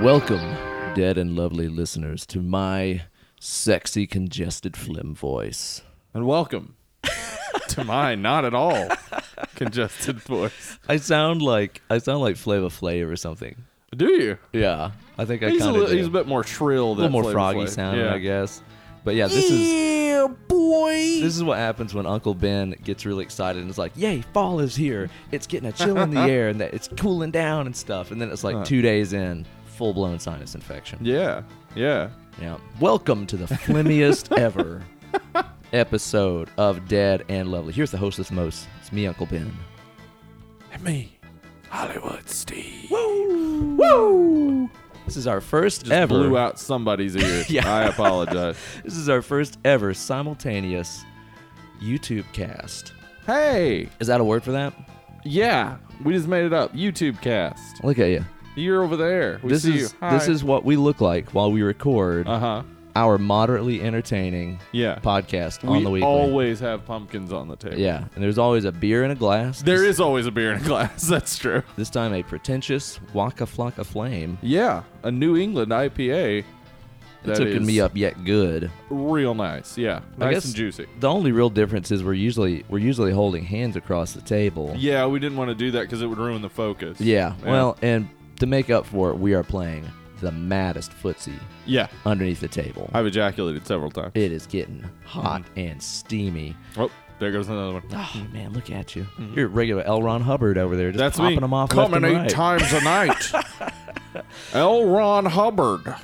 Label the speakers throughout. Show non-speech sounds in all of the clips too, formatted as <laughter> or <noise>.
Speaker 1: Welcome, dead and lovely listeners, to my sexy, congested phlegm voice.
Speaker 2: And welcome to my not at all congested <laughs> voice.
Speaker 1: I sound like I sound like Flava Flav or something.
Speaker 2: Do you?
Speaker 1: Yeah, I think I
Speaker 2: He's a,
Speaker 1: kind of
Speaker 2: little, he's a bit more shrill than
Speaker 1: little more
Speaker 2: Flavor
Speaker 1: froggy
Speaker 2: Flav.
Speaker 1: sound,
Speaker 2: Yeah.
Speaker 1: I guess. But yeah, this is
Speaker 2: Yeah, boy.
Speaker 1: this is what happens when Uncle Ben gets really excited and is like, "Yay, fall is here! It's getting a chill in <laughs> the air, and that it's cooling down and stuff." And then it's like two days in, full blown sinus infection.
Speaker 2: Yeah, yeah.
Speaker 1: Yeah. Welcome to the <laughs> flimmiest ever episode of Dead and Lovely. Here's the hostess most. It's me, Uncle Ben.
Speaker 2: And me, Hollywood Steve.
Speaker 1: Woo! This is our first
Speaker 2: Just
Speaker 1: ever.
Speaker 2: blew
Speaker 1: <laughs>
Speaker 2: out somebody's ears.
Speaker 1: Yeah.
Speaker 2: I apologize.
Speaker 1: This is our first ever simultaneous YouTube cast.
Speaker 2: hey,
Speaker 1: Is that a word for that?
Speaker 2: yeah, we just made it up. YouTube cast.
Speaker 1: Look at you.
Speaker 2: You're over there. We
Speaker 1: this
Speaker 2: see
Speaker 1: is
Speaker 2: you. Hi.
Speaker 1: this is what we look like while we record
Speaker 2: Uh huh.
Speaker 1: our moderately entertaining
Speaker 2: Yeah.
Speaker 1: podcast
Speaker 2: we
Speaker 1: on the weekly.
Speaker 2: always have pumpkins on the table.
Speaker 1: yeah, and there's always a beer in a glass.
Speaker 2: There
Speaker 1: this,
Speaker 2: is always a beer in a glass. <laughs> That's true.
Speaker 1: this time a pretentious Waka Flocka Flame.
Speaker 2: Yeah, a New England IPA.
Speaker 1: It
Speaker 2: That
Speaker 1: took
Speaker 2: is
Speaker 1: me up yet good.
Speaker 2: Real nice. Yeah,
Speaker 1: I
Speaker 2: nice
Speaker 1: guess-
Speaker 2: and juicy.
Speaker 1: The only real difference is we're usually we're usually holding hands across the table.
Speaker 2: Yeah, we didn't want to do that because it would ruin the focus.
Speaker 1: Yeah, Well, and to make up for it, we are playing the maddest footsie
Speaker 2: yeah,
Speaker 1: underneath the table.
Speaker 2: I've ejaculated several times.
Speaker 1: it is getting hot
Speaker 2: Mm-hmm.
Speaker 1: and steamy.
Speaker 2: Oh, there goes another one.
Speaker 1: Oh man, look at you! You're a regular L. Ron Hubbard over there, just
Speaker 2: Mm-hmm. That's
Speaker 1: popping
Speaker 2: me.
Speaker 1: them off left
Speaker 2: Coming
Speaker 1: and
Speaker 2: eight
Speaker 1: right.
Speaker 2: times a night.
Speaker 1: <laughs>
Speaker 2: L. Ron Hubbard.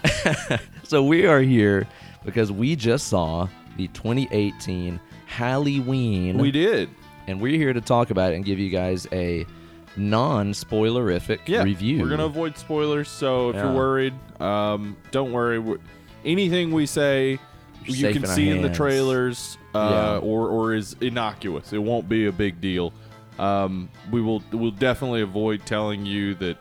Speaker 1: So we are here because we just saw the 2018 Halloween.
Speaker 2: We did.
Speaker 1: and we're here to talk about it and give you guys a non-spoilerific
Speaker 2: Yeah.
Speaker 1: review.
Speaker 2: We're gonna avoid spoilers, so if
Speaker 1: Yeah.
Speaker 2: you're worried, um, don't worry. we anything we say,
Speaker 1: You're
Speaker 2: you
Speaker 1: safe
Speaker 2: can
Speaker 1: in our
Speaker 2: see in the
Speaker 1: hands.
Speaker 2: trailers,
Speaker 1: Yeah.
Speaker 2: uh, or or is innocuous. It won't be a big deal. Um, we will we'll definitely avoid telling you that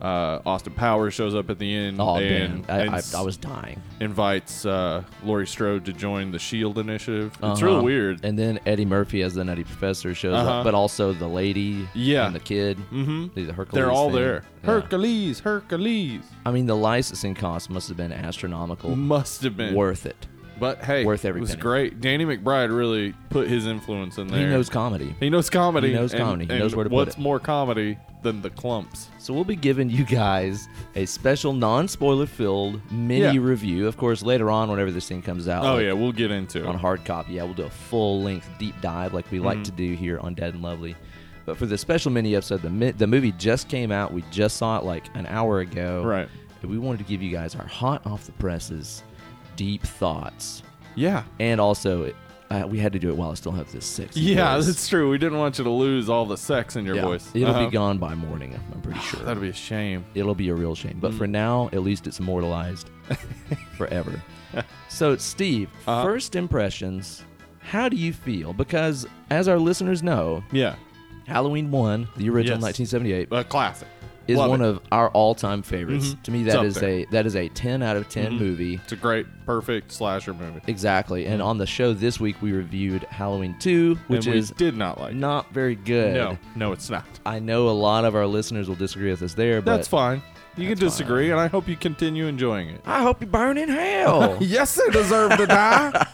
Speaker 2: uh, Austin Powers shows up at the end
Speaker 1: Oh
Speaker 2: and,
Speaker 1: man, I,
Speaker 2: and
Speaker 1: I,
Speaker 2: s-
Speaker 1: I was dying.
Speaker 2: invites uh, Laurie Strode to join the Shield E Initiative. It's
Speaker 1: Uh-huh.
Speaker 2: real weird.
Speaker 1: And then Eddie Murphy as the Nutty Professor shows
Speaker 2: Uh-huh.
Speaker 1: up, but also the lady,
Speaker 2: Yeah.
Speaker 1: and the kid,
Speaker 2: Mhm.
Speaker 1: the, the Hercules.
Speaker 2: They're all
Speaker 1: thing.
Speaker 2: there.
Speaker 1: Yeah.
Speaker 2: Hercules, Hercules
Speaker 1: I mean, the licensing cost must have been astronomical.
Speaker 2: must have been
Speaker 1: Worth it.
Speaker 2: But hey,
Speaker 1: Worth every
Speaker 2: It was
Speaker 1: penny.
Speaker 2: great. Danny McBride really put his influence in there.
Speaker 1: He knows comedy.
Speaker 2: He knows comedy.
Speaker 1: He knows
Speaker 2: and-
Speaker 1: comedy. He
Speaker 2: and
Speaker 1: knows where to put
Speaker 2: What's
Speaker 1: it.
Speaker 2: more comedy than the clumps?
Speaker 1: So we'll be giving you guys a special non-spoiler-filled mini
Speaker 2: Yeah.
Speaker 1: review. Of course, later on, whenever this thing comes out,
Speaker 2: Oh
Speaker 1: like,
Speaker 2: yeah, we'll get into
Speaker 1: on
Speaker 2: it.
Speaker 1: hard copy. Yeah, we'll do a full-length deep dive like we
Speaker 2: Mm.
Speaker 1: like to do here on Dead and Lovely. But for the special mini episode, the mi- the movie just came out. We just saw it like an hour ago.
Speaker 2: Right.
Speaker 1: And we wanted to give you guys our hot off the presses, deep thoughts,
Speaker 2: Yeah.
Speaker 1: and also uh, we had to do it while I still have this six.
Speaker 2: Yeah, that's true. We didn't want you to lose all the sex in your voice.
Speaker 1: It'll
Speaker 2: Uh-huh.
Speaker 1: be gone by morning. I'm
Speaker 2: <sighs>
Speaker 1: pretty sure.
Speaker 2: That'd be a shame.
Speaker 1: It'll be a real shame. But for
Speaker 2: Mm.
Speaker 1: now, at least it's
Speaker 2: <laughs>
Speaker 1: immortalized forever. so, Steve,
Speaker 2: Uh-huh.
Speaker 1: first impressions. How do you feel? Because as our listeners know,
Speaker 2: Yeah.
Speaker 1: Halloween 1, the original
Speaker 2: Yes.
Speaker 1: 1978,
Speaker 2: A classic.
Speaker 1: is
Speaker 2: Love
Speaker 1: one
Speaker 2: it.
Speaker 1: of our all-time favorites.
Speaker 2: Mhm.
Speaker 1: To me
Speaker 2: It's
Speaker 1: that
Speaker 2: up
Speaker 1: is
Speaker 2: there. Mm-hmm.
Speaker 1: a that is a 10 out of 10 movie.
Speaker 2: It's a great, perfect slasher movie,
Speaker 1: Exactly. And on the show this week we reviewed Halloween 2, which
Speaker 2: Mm-hmm. and
Speaker 1: is
Speaker 2: we did not like. it.
Speaker 1: not very good.
Speaker 2: No, no, it's not.
Speaker 1: I know a lot of our listeners will disagree with us there, but
Speaker 2: That's fine. You can disagree, and I hope you continue
Speaker 1: <laughs>
Speaker 2: enjoying it.
Speaker 1: I hope you burn in
Speaker 2: <laughs>
Speaker 1: hell.
Speaker 2: Yes, they deserve <laughs> to die.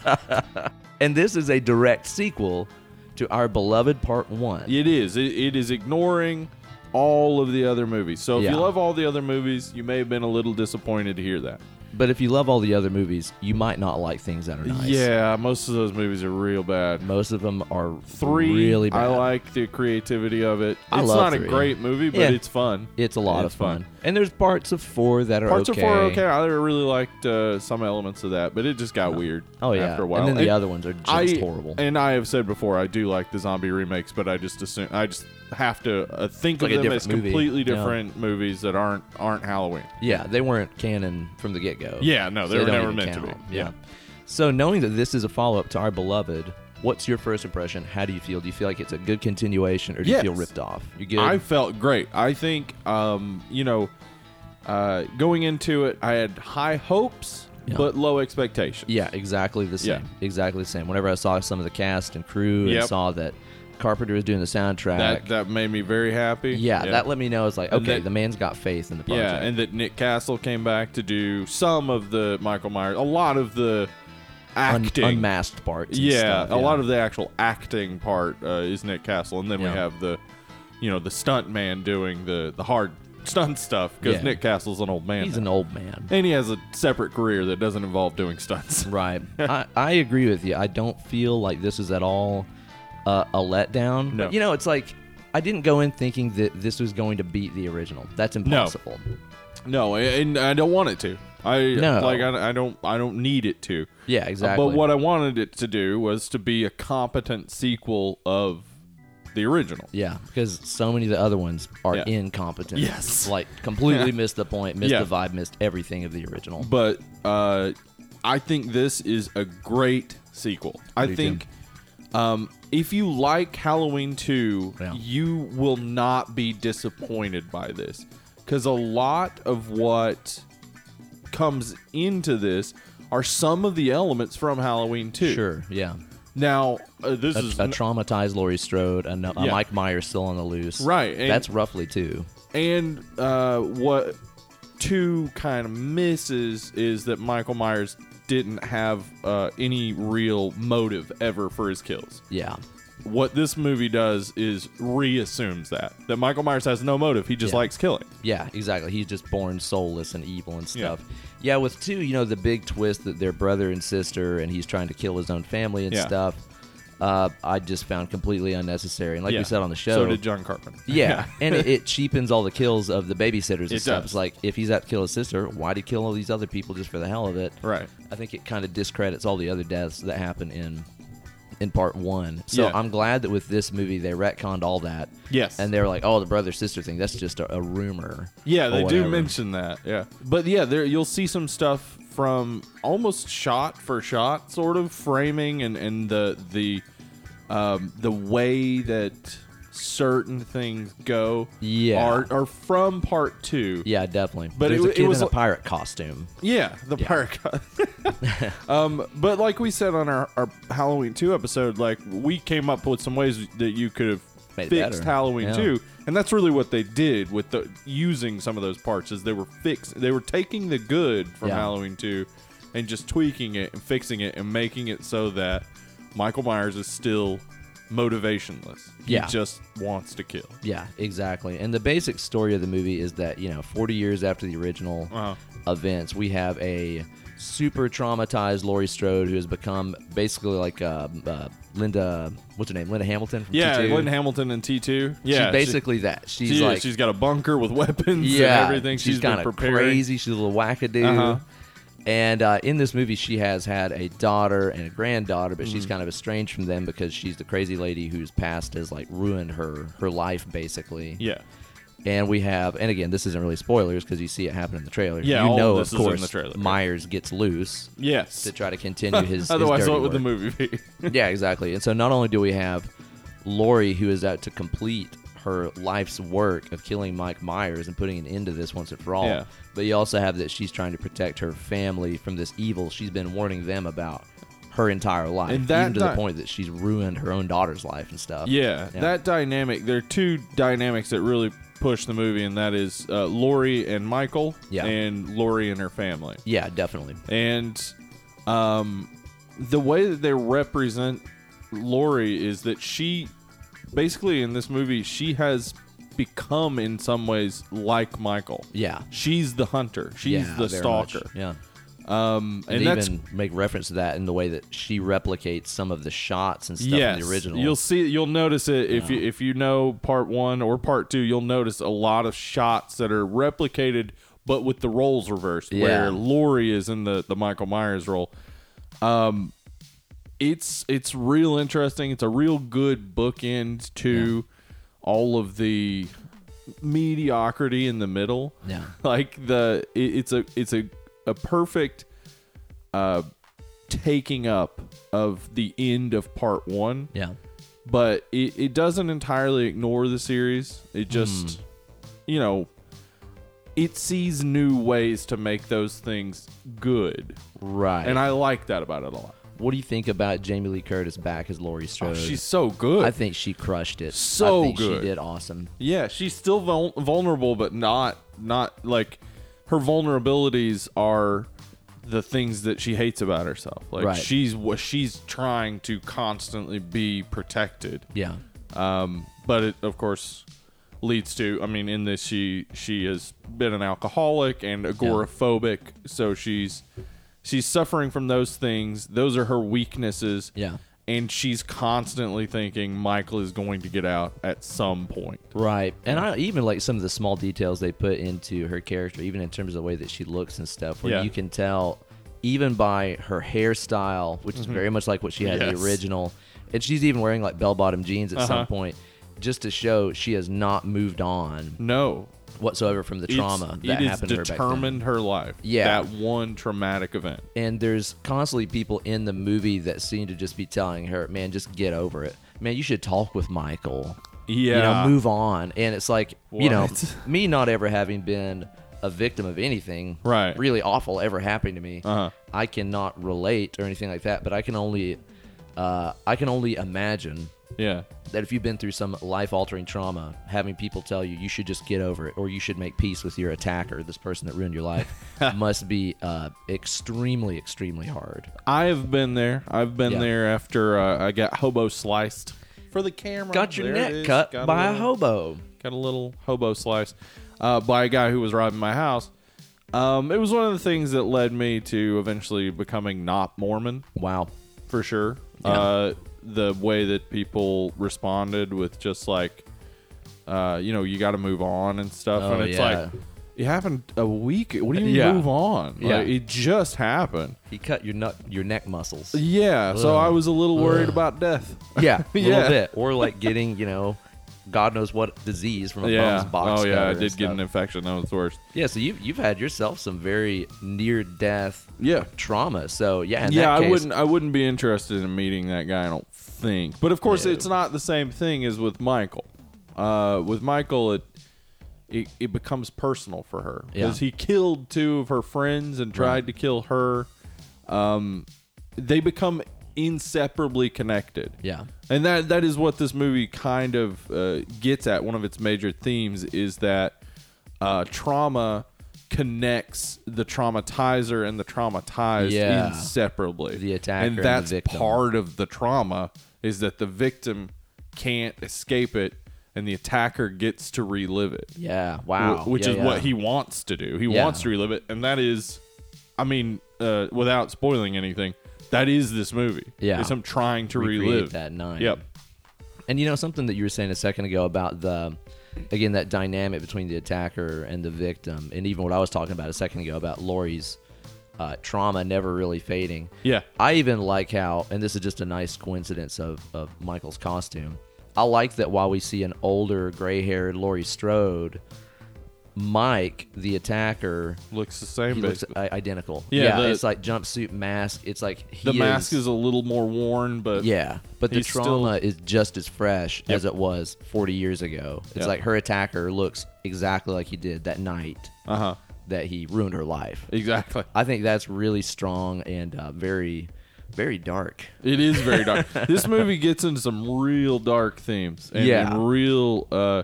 Speaker 1: and this is a direct sequel to our beloved part 1.
Speaker 2: It is. It, it is ignoring all of the other movies. So if
Speaker 1: Yeah.
Speaker 2: you love all the other movies, you may have been a little disappointed to hear that.
Speaker 1: But if you love all the other movies, you might not like things that are nice.
Speaker 2: Yeah, most of those movies are real bad.
Speaker 1: Most of them are
Speaker 2: Three,
Speaker 1: really bad.
Speaker 2: I like the creativity of it.
Speaker 1: I
Speaker 2: it's
Speaker 1: love
Speaker 2: not
Speaker 1: three.
Speaker 2: a great movie, but
Speaker 1: Yeah.
Speaker 2: it's fun.
Speaker 1: It's a lot
Speaker 2: It's
Speaker 1: of fun.
Speaker 2: fun.
Speaker 1: And there's parts of 4 that are
Speaker 2: Parts
Speaker 1: okay.
Speaker 2: of four are okay. I really liked uh, some elements of that, but it just got weird.
Speaker 1: Oh yeah.
Speaker 2: after a while.
Speaker 1: And then the
Speaker 2: And
Speaker 1: other ones are just
Speaker 2: I,
Speaker 1: horrible.
Speaker 2: And I have said before, I do like the zombie remakes, but I just assume I just have to uh, think
Speaker 1: Like a
Speaker 2: of them
Speaker 1: different
Speaker 2: as
Speaker 1: movie.
Speaker 2: completely
Speaker 1: Yeah.
Speaker 2: different movies that aren't aren't Halloween.
Speaker 1: yeah, they weren't canon from the get-go.
Speaker 2: Yeah, no, they
Speaker 1: So
Speaker 2: were
Speaker 1: don't
Speaker 2: never
Speaker 1: even
Speaker 2: meant to
Speaker 1: count.
Speaker 2: be. Yeah.
Speaker 1: So knowing that this is a follow-up to our beloved, what's your first impression? How do you feel? Do you feel like it's a good continuation or do you
Speaker 2: Yes.
Speaker 1: feel ripped off? You good?
Speaker 2: I felt great. I think, um, you know, uh, going into it, I had high hopes
Speaker 1: Yeah.
Speaker 2: but low expectations.
Speaker 1: Yeah, exactly the same.
Speaker 2: Yeah.
Speaker 1: Exactly the same. Whenever I saw some of the cast and crew and
Speaker 2: Yep.
Speaker 1: saw that Carpenter was doing the soundtrack.
Speaker 2: That that made me very happy.
Speaker 1: yeah, that let me know. It's like
Speaker 2: And
Speaker 1: okay,
Speaker 2: that-
Speaker 1: the man's got faith in the project.
Speaker 2: yeah, and that Nick Castle came back to do some of the Michael Myers, a lot of the
Speaker 1: Un-
Speaker 2: acting,
Speaker 1: unmasked parts. and
Speaker 2: yeah,
Speaker 1: stuff,
Speaker 2: a lot of the actual acting part uh, is Nick Castle, and then
Speaker 1: Yeah.
Speaker 2: we have the, you know, the stunt man doing the the hard <laughs> stunt stuff because
Speaker 1: Yeah.
Speaker 2: Nick Castle's an old man,
Speaker 1: He's
Speaker 2: now.
Speaker 1: an old
Speaker 2: <laughs>
Speaker 1: man.
Speaker 2: and he has a separate career that doesn't involve doing stunts.
Speaker 1: Right. I, I agree with you. I don't feel like this is at all uh, a letdown.
Speaker 2: No.
Speaker 1: But, you know, it's like I didn't go in thinking that this was going to beat the original. That's impossible.
Speaker 2: <laughs> No, and I don't want it to. I
Speaker 1: No.
Speaker 2: like I, I don't I don't need it to. Uh,
Speaker 1: Yeah, exactly.
Speaker 2: But what I wanted it to do was to be a competent sequel of the original.
Speaker 1: Yeah, because so many of the other ones are
Speaker 2: Yeah.
Speaker 1: incompetent.
Speaker 2: Yes.
Speaker 1: Like
Speaker 2: <laughs>
Speaker 1: completely missed the point, missed
Speaker 2: Yeah.
Speaker 1: the vibe, missed everything of the original.
Speaker 2: But uh, I think this is a great sequel. I
Speaker 1: do,
Speaker 2: think um, if you like Halloween 2,
Speaker 1: Yeah.
Speaker 2: you will not be disappointed by this. Because a lot of what comes into this are some of the elements from Halloween 2.
Speaker 1: Sure, yeah.
Speaker 2: Now, uh, this
Speaker 1: A,
Speaker 2: is
Speaker 1: a traumatized Laurie Strode, a, no- a
Speaker 2: Yeah.
Speaker 1: Mike Myers still on the loose.
Speaker 2: Right, and-
Speaker 1: That's roughly two.
Speaker 2: And uh, what two kind of misses is that Michael Myers didn't have uh, any real motive ever for his kills.
Speaker 1: Yeah.
Speaker 2: What this movie does is reassumes that that Michael Myers has no motive; he just
Speaker 1: Yeah.
Speaker 2: likes killing.
Speaker 1: Yeah, exactly. He's just born soulless and evil and stuff. Yeah. with two, you know, the big twist that they're brother and sister and he's trying to kill his own family and
Speaker 2: Yeah.
Speaker 1: stuff. Uh, I just found completely unnecessary. And like
Speaker 2: Yeah.
Speaker 1: we said on the show,
Speaker 2: so did John Carpenter.
Speaker 1: Yeah, <laughs> and it, it cheapens all the kills of the babysitters and
Speaker 2: It
Speaker 1: stuff.
Speaker 2: does.
Speaker 1: It's like if he's out to kill his sister, why did he kill all these other people just for the hell of it?
Speaker 2: <laughs> Right.
Speaker 1: I think it kind of discredits all the other deaths that happen in in part one. So
Speaker 2: Yeah.
Speaker 1: I'm glad that with this movie they retconned all that.
Speaker 2: Yes.
Speaker 1: And they were like, oh, the brother sister thing. That's just a, a rumor.
Speaker 2: Yeah,
Speaker 1: or
Speaker 2: they do
Speaker 1: whatever.
Speaker 2: mention that. Yeah, but yeah, there you'll see some stuff from almost shot for shot, sort of framing and and the the um, the way that certain things go.
Speaker 1: Yeah.
Speaker 2: are are from part two.
Speaker 1: Yeah, definitely.
Speaker 2: But
Speaker 1: But There's it,
Speaker 2: it wa-
Speaker 1: a
Speaker 2: it
Speaker 1: kid
Speaker 2: was
Speaker 1: in a
Speaker 2: like-
Speaker 1: pirate costume.
Speaker 2: Yeah, the park. <laughs> um, but like we said on our, our Halloween two episode, like we came up with some ways that you could have
Speaker 1: Made it
Speaker 2: fixed
Speaker 1: better.
Speaker 2: Halloween
Speaker 1: Yeah.
Speaker 2: two, and that's really what they did with the using some of those parts. Is they were fixed, they were taking the good from
Speaker 1: Yeah.
Speaker 2: Halloween two, and just tweaking it and fixing it and making it so that Michael Myers is still motivationless.
Speaker 1: Yeah.
Speaker 2: he just wants to kill.
Speaker 1: Yeah, exactly. And the basic story of the movie is that, you know, 40 years after the original
Speaker 2: Uh-huh.
Speaker 1: events, we have a super traumatized Laurie Strode who has become basically like uh, uh, Linda, what's her name? Linda Hamilton from
Speaker 2: Yeah,
Speaker 1: T2.
Speaker 2: Lynn Hamilton and T two. Yeah,
Speaker 1: she's
Speaker 2: she-
Speaker 1: basically that. She's
Speaker 2: she is.
Speaker 1: like,
Speaker 2: she's got a bunker with <laughs> weapons
Speaker 1: yeah,
Speaker 2: and everything.
Speaker 1: She's,
Speaker 2: been
Speaker 1: kind of
Speaker 2: preparing.
Speaker 1: crazy. She's a little wackadoo.
Speaker 2: Uh-huh.
Speaker 1: And uh, in this movie, she has had a daughter and a granddaughter, but
Speaker 2: Mm.
Speaker 1: she's kind of estranged from them because she's the crazy lady whose past has like ruined her her life basically.
Speaker 2: Yeah.
Speaker 1: And we have, and again, this isn't really spoilers because you see it happen in the trailer.
Speaker 2: Yeah,
Speaker 1: you
Speaker 2: all of
Speaker 1: know, of
Speaker 2: this is in
Speaker 1: course,
Speaker 2: the trailer.
Speaker 1: Myers gets loose
Speaker 2: Yes.
Speaker 1: to try to
Speaker 2: <laughs>
Speaker 1: continue his.
Speaker 2: Otherwise,
Speaker 1: his dirty
Speaker 2: what would the
Speaker 1: work.
Speaker 2: movie be? <laughs>
Speaker 1: yeah, exactly. And so not only do we have Lori who is out to complete her life's work of killing Mike Myers and putting an end to this once and for all,
Speaker 2: Yeah.
Speaker 1: but you also have that she's trying to protect her family from this evil she's been warning them about her entire life,
Speaker 2: And that
Speaker 1: even to
Speaker 2: di-
Speaker 1: the point that she's ruined her own daughter's life and stuff.
Speaker 2: yeah,
Speaker 1: Yeah.
Speaker 2: that dynamic. There are two dynamics that really push the movie, and that is uh, Lori and Michael,
Speaker 1: Yeah.
Speaker 2: and Lori and her family,
Speaker 1: Yeah, definitely.
Speaker 2: and um, the way that they represent Lori is that she, basically, in this movie, she has become in some ways like Michael.
Speaker 1: Yeah.
Speaker 2: She's the hunter. She's
Speaker 1: yeah,
Speaker 2: the
Speaker 1: very much.
Speaker 2: stalker.
Speaker 1: Yeah.
Speaker 2: Um, and
Speaker 1: and they
Speaker 2: that's
Speaker 1: even make reference to that in the way that she replicates some of the shots and stuff in the original.
Speaker 2: You'll see you'll notice it if you if you know part 1 or part 2, you'll notice a lot of shots that are replicated but with the roles reversed where
Speaker 1: Yeah.
Speaker 2: Lori is in the the Michael Myers role. Um it's it's real interesting. It's a real good bookend to all of the mediocrity in the middle.
Speaker 1: Yeah.
Speaker 2: <laughs> Like the it, it's a it's a a perfect uh taking up of the end of part one,
Speaker 1: yeah.
Speaker 2: but it, it doesn't entirely ignore the series. It
Speaker 1: Hmm.
Speaker 2: just, you know, it sees new ways to make those things good.
Speaker 1: Right.
Speaker 2: And I like that about it a lot.
Speaker 1: What do you think about Jamie Lee Curtis back as Laurie Strode?
Speaker 2: Oh, she's so good.
Speaker 1: I think she crushed it.
Speaker 2: So
Speaker 1: I think
Speaker 2: good.
Speaker 1: She did awesome.
Speaker 2: yeah, she's still vul- vulnerable, but not not like her vulnerabilities are the things that she hates about herself. Like
Speaker 1: Right.
Speaker 2: she's what she's trying to constantly be protected.
Speaker 1: Yeah.
Speaker 2: Um, but it of course leads to I mean in this she she has been an alcoholic and agoraphobic, so she's she's suffering from those things. Those are her weaknesses.
Speaker 1: Yeah.
Speaker 2: And she's constantly thinking Michael is going to get out at some point.
Speaker 1: Right. And I even like some of the small details they put into her character, even in terms of the way that she looks and stuff, where
Speaker 2: Yeah.
Speaker 1: you can tell even by her hairstyle, which is very much like what she had in
Speaker 2: Mm-hmm. Yes.
Speaker 1: the original. And she's even wearing like bell bottom jeans at
Speaker 2: Uh-huh.
Speaker 1: some point, just to show she has not moved on
Speaker 2: No.
Speaker 1: whatsoever from the
Speaker 2: It's-
Speaker 1: trauma that
Speaker 2: it is
Speaker 1: happened to her back then.
Speaker 2: determined her life.
Speaker 1: Yeah.
Speaker 2: That one traumatic event.
Speaker 1: and there's constantly people in the movie that seem to just be telling her, "Man, just get over it. Man, you should talk with Michael. you
Speaker 2: Yeah.
Speaker 1: know, move on." And it's like, you know,
Speaker 2: What?
Speaker 1: <laughs> me not ever having been a victim of anything,
Speaker 2: Right.
Speaker 1: Really awful ever happening to me.
Speaker 2: Uh-huh.
Speaker 1: I cannot relate or anything like that, but I can only, uh, I can only imagine
Speaker 2: Yeah.
Speaker 1: that if you've been through some life-altering trauma, having people tell you you should just get over it or you should make peace with your attacker, this person that ruined your
Speaker 2: <laughs>
Speaker 1: life, must be uh, extremely, extremely hard.
Speaker 2: I have been there. I've been
Speaker 1: Yeah.
Speaker 2: there after uh, I got hobo sliced for the camera.
Speaker 1: Got your
Speaker 2: There it
Speaker 1: neck
Speaker 2: is.
Speaker 1: cut
Speaker 2: Got
Speaker 1: by a,
Speaker 2: little-
Speaker 1: hobo.
Speaker 2: Got a little hobo slice uh, by a guy who was robbing my house. Um, it was one of the things that led me to eventually becoming not Mormon
Speaker 1: Wow.
Speaker 2: for sure. Uh, the way that people responded with just like, uh, you know, you got to move on and stuff,
Speaker 1: Oh,
Speaker 2: and it's
Speaker 1: yeah.
Speaker 2: like it happened a week. What do you mean
Speaker 1: Yeah.
Speaker 2: move on? Like,
Speaker 1: Yeah.
Speaker 2: it just happened.
Speaker 1: He cut your nut, your neck
Speaker 2: <laughs>
Speaker 1: muscles.
Speaker 2: Yeah, so
Speaker 1: Ugh.
Speaker 2: I was a little worried about death.
Speaker 1: <laughs> Yeah, a little
Speaker 2: Yeah.
Speaker 1: bit. Or like getting, you know, God knows what disease from a mom's box.
Speaker 2: oh yeah,
Speaker 1: cover
Speaker 2: I
Speaker 1: and
Speaker 2: did get
Speaker 1: stuff.
Speaker 2: an infection. That was the worst.
Speaker 1: Yeah, so you you've had yourself some very near death
Speaker 2: Yeah.
Speaker 1: trauma. So yeah, in
Speaker 2: yeah,
Speaker 1: that
Speaker 2: I
Speaker 1: case-
Speaker 2: wouldn't. I wouldn't be interested in meeting that guy. I don't think. But of course,
Speaker 1: No.
Speaker 2: it's not the same thing as with Michael. Uh, with Michael, it, it it becomes personal for her because
Speaker 1: Yeah.
Speaker 2: he killed two of her friends and tried to kill her. Um, they become inseparably connected.
Speaker 1: Yeah.
Speaker 2: and that that is what this movie kind of uh, gets at. One of its major themes is that uh, trauma connects the traumatizer and the traumatized
Speaker 1: Yeah.
Speaker 2: inseparably.
Speaker 1: The attacker
Speaker 2: and
Speaker 1: and the
Speaker 2: that's
Speaker 1: victim.
Speaker 2: part of the trauma is that the victim can't escape it, and the attacker gets to relive it.
Speaker 1: Yeah.
Speaker 2: wh-
Speaker 1: Wow.
Speaker 2: which
Speaker 1: Yeah,
Speaker 2: is
Speaker 1: yeah.
Speaker 2: what he wants to do. He
Speaker 1: Yeah.
Speaker 2: wants to relive it, and that is, I mean, uh, without spoiling anything, that is this movie.
Speaker 1: Yeah.
Speaker 2: is him trying to
Speaker 1: Recreate
Speaker 2: relive
Speaker 1: that night.
Speaker 2: Yep.
Speaker 1: And you know something that you were saying a second ago about the again that dynamic between the attacker and the victim, and even what I was talking about a second ago about Lori's uh, trauma never really fading.
Speaker 2: Yeah.
Speaker 1: I even like how, and this is just a nice coincidence of of Michael's costume. I like that while we see an older, gray-haired Laurie Strode, Mike, the attacker,
Speaker 2: Looks the same.
Speaker 1: he
Speaker 2: basically.
Speaker 1: looks i- identical.
Speaker 2: Yeah,
Speaker 1: Yeah,
Speaker 2: the-
Speaker 1: it's like jumpsuit, mask. It's like he
Speaker 2: the mask is a little more worn, but
Speaker 1: Yeah, but the
Speaker 2: He's still-
Speaker 1: trauma is just as fresh
Speaker 2: Yep.
Speaker 1: as it was 40 years ago. It's
Speaker 2: Yeah.
Speaker 1: like her attacker looks exactly like he did that night
Speaker 2: uh huh,
Speaker 1: that he ruined her life.
Speaker 2: exactly.
Speaker 1: I think that's really strong and uh, very, very dark.
Speaker 2: It is very
Speaker 1: <laughs>
Speaker 2: dark. this movie gets into some real dark themes and,
Speaker 1: Yeah.
Speaker 2: and real. Uh,